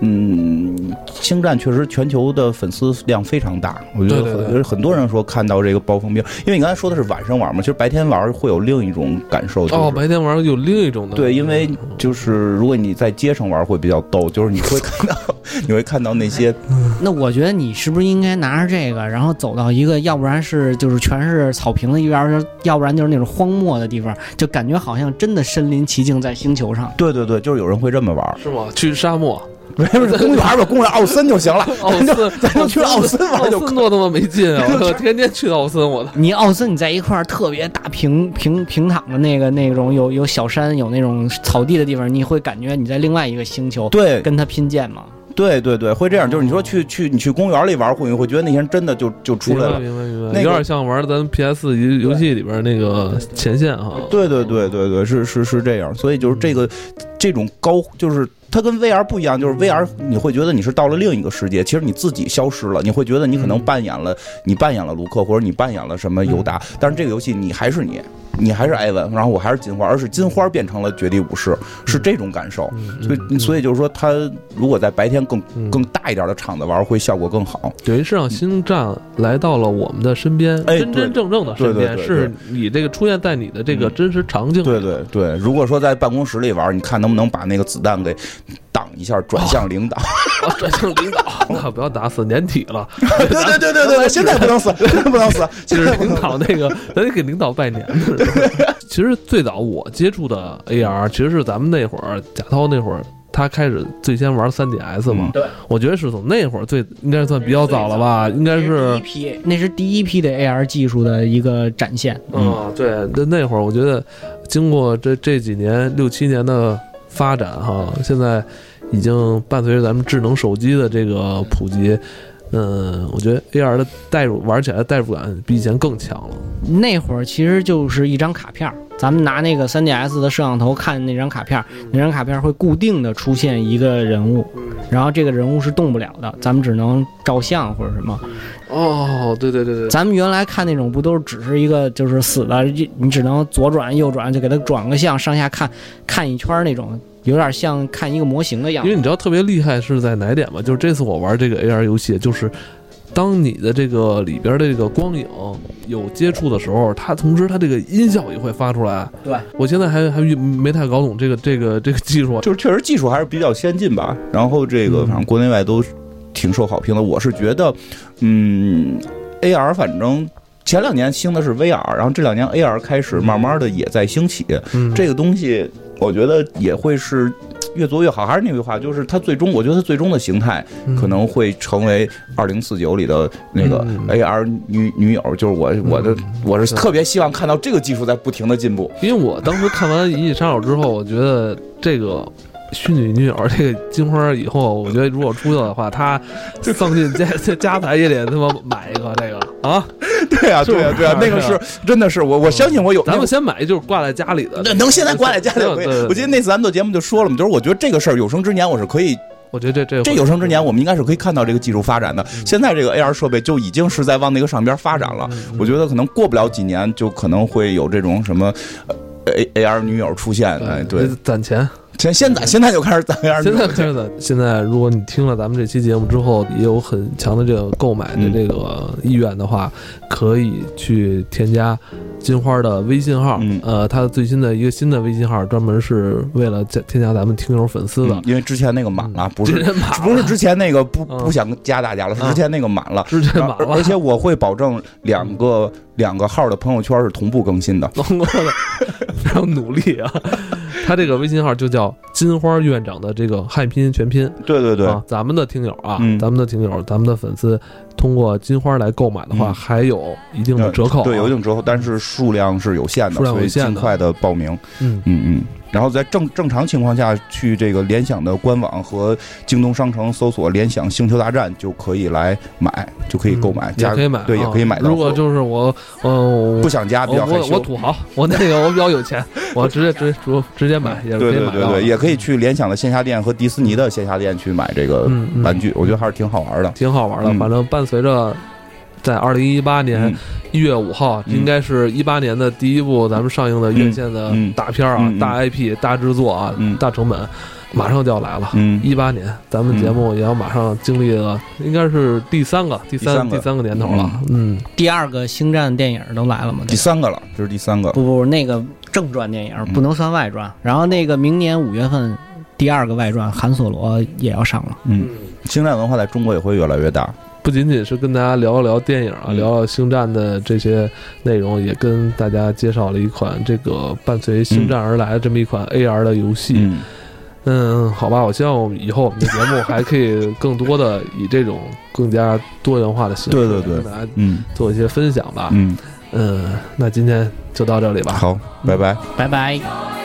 嗯，星战确实全球的粉丝量非常大，我觉得对对很对很多人说看到这个暴风兵，因为你刚才说的是晚上玩嘛，其实白天玩会有另一种感受，就是、哦，白天玩有另一种嗯的，对，因为就是如果你在街上玩会比较逗，就是你会看到 你会看到那些那我觉得你是不是应该拿着这个，然后走到一个要不然是就是全是草坪的一边儿，要不然就是那种荒漠的地方，就感觉好像真的身临其境在星球上。对对对，就是有人会这么玩，是吗？去沙漠， 不是公园吧，公园奥森就行了，奥 咱就森，咱就去奥森玩奥就森多他妈没劲 啊！我操，天天去奥森，我操，你奥森你在一块儿特别大平平平躺的那个那种有有小山有那种草地的地方，你会感觉你在另外一个星球对跟他拼剑吗？对对对，会这样，就是哦你说去去你去公园里玩，会你会觉得那些人真的就就出来明白了。明白明那白，个有点像玩咱 PS 游游戏里边那个前线哈。对对对对对，是是是这样，所以就是这个嗯这种高，就是它跟 VR 不一样，就是 VR 你会觉得你是到了另一个世界，其实你自己消失了，你会觉得你可能嗯扮演了、你扮演了卢克或者你扮演了什么尤达，但是这个游戏你还是你，你还是艾文，然后我还是金花，而是金花变成了绝地武士，是这种感受。嗯，所以，所以以就是说，它如果在白天更更更大一点的场子玩，会效果更好。等于是让星战来到了我们的身边，哎真真对正正的身边，对对对是你这个出现在你的这个嗯真实场景。对对对，如果说在办公室里玩，你看能不能把那个子弹给挡一下，转向领导？ 啊，转向领 导，那不要打死年底了，对对对对对，现在不能死，现在不能死，就现是在不领能死。导那个，咱得给领导拜年。是吧 其实最早我接触的 AR，其实是咱们那会儿贾涛那会儿。他开始最先玩 3DS 嘛嗯，对，我觉得是从那会儿最应该算比较早了吧，应该是第一批，那是第一批的 AR 技术的一个展现。嗯，对，那那会儿我觉得，经过这这几年六七年的发展哈，现在已经伴随着咱们智能手机的这个普及，嗯，我觉得 AR 的代入玩起来的代入感比以前更强了。那会儿其实就是一张卡片儿，咱们拿那个 3DS 的摄像头看那张卡片儿，那张卡片儿会固定的出现一个人物，嗯然后这个人物是动不了的，咱们只能照相或者什么。哦，对对对对，咱们原来看那种不都是只是一个就是死的，一你只能左转右转就给它转个向，上下看看一圈儿那种，有点像看一个模型的样因子为。你知道特别厉害是在哪点吗？就是这次我玩这个 AR 游戏，就是当你的这个里边的这个光影有接触的时候，它同时它这个音效也会发出来。对，我现在还还没太搞懂这个这个这个技术。 啊就是确实技术还是比较先进吧，然后这个嗯反正国内外都挺受好评的。我是觉得，嗯，AR 反正。前两年兴的是 VR，然后这两年 AR 开始慢慢的也在兴起，嗯，这个东西，我觉得也会是越做越好。还是那句话，就是它最终，我觉得它最终的形态嗯可能会成为二零四九里的那个嗯 AR 女女友，就是我我的我嗯是特别希望看到这个技术在不停的进步。因为我当时看完《银翼杀手》之后，我觉得这个虚拟女友这个金花以后，我觉得如果出去的话，她丧尽家 家财也得他妈买一个 这个哎啊！ 对啊，对啊，对啊，那个是是真的是我我相信我有咱们。先买，就是挂在家里的那。能现在挂在家里，对我也对对我记得那次咱们做节目就说了嘛，就是我觉得这个事儿有生之年我是可以，我觉得这这这有生之年我们应该是可以看到这个技术发展的。现在这个 AR 设备就已经是在往那个上边发展了，嗯我觉得可能过不了几年，就可能会有这种什么。呃 A A R 女友出现，哎，对，攒钱。现现在现在就开始咱 A R 女现在友，开始攒。现在如果你听了咱们这期节目之后，也有很强的这个购买嗯的这个意愿的话，可以去添加金花的微信号，嗯呃，他最新的一个新的微信号，专门是为了加添加咱们听友粉丝的嗯嗯。因为之前那个满了，不之是前满了不是之前那个不嗯不想加大家了，是啊之前那个满了，之前满而了， 而且我会保证两个两个号的朋友圈是同步更新的，通过了，非常努力啊。他这个微信号就叫金花院长的这个汉拼音全拼，对对对，啊，咱们的听友啊，嗯咱们的听友，咱们的粉丝通过金花来购买的话，嗯还有一定的折扣、啊，对，有一定折扣，但是数量是有限的，数量有所以限尽的快的报名。嗯，嗯嗯。然后在正正常情况下，去这个联想的官网和京东商城搜索“联想星球大战”，就可以来买，就可以购买，嗯也加可以买，对，也啊可以买到。如果就是我，嗯、不想加，比我较害我我羞。土豪，我那个我比较有钱，我直接直接直直接买也是嗯对可以对买啊对到的，对，也可以去联想的线下店和迪士尼的线下店去买这个嗯嗯玩具，我觉得还是挺好玩的。挺好玩的。嗯反正伴随着在二零一八年嗯一月五号，嗯应该是一八年的第一部咱们上映的院线的嗯嗯大片儿啊，嗯嗯大 IP、大制作啊、嗯大成本，马上就要来了。嗯，一八年，咱们节目也要马上经历了，应该是第三个、第第三、三个第三个年头了。嗯，第二个星战电影都来了嘛？对吧第三个了，这是第三个。不不，那个正传电影不能算外传。然后那个明年五月份第二个外传《韩索罗》也要上了。嗯，星战文化在中国也会越来越大。不仅仅是跟大家聊一聊电影啊，嗯聊聊星战的这些内容，也跟大家介绍了一款这个伴随星战而来的这么一款 AR 的游戏。嗯嗯，好吧，我希望我们以后我们的节目还可以更多的以这种更加多元化的形式，对对对跟大家嗯做一些分享吧。嗯，啊嗯，那今天就到这里吧。好，拜拜。拜拜。 「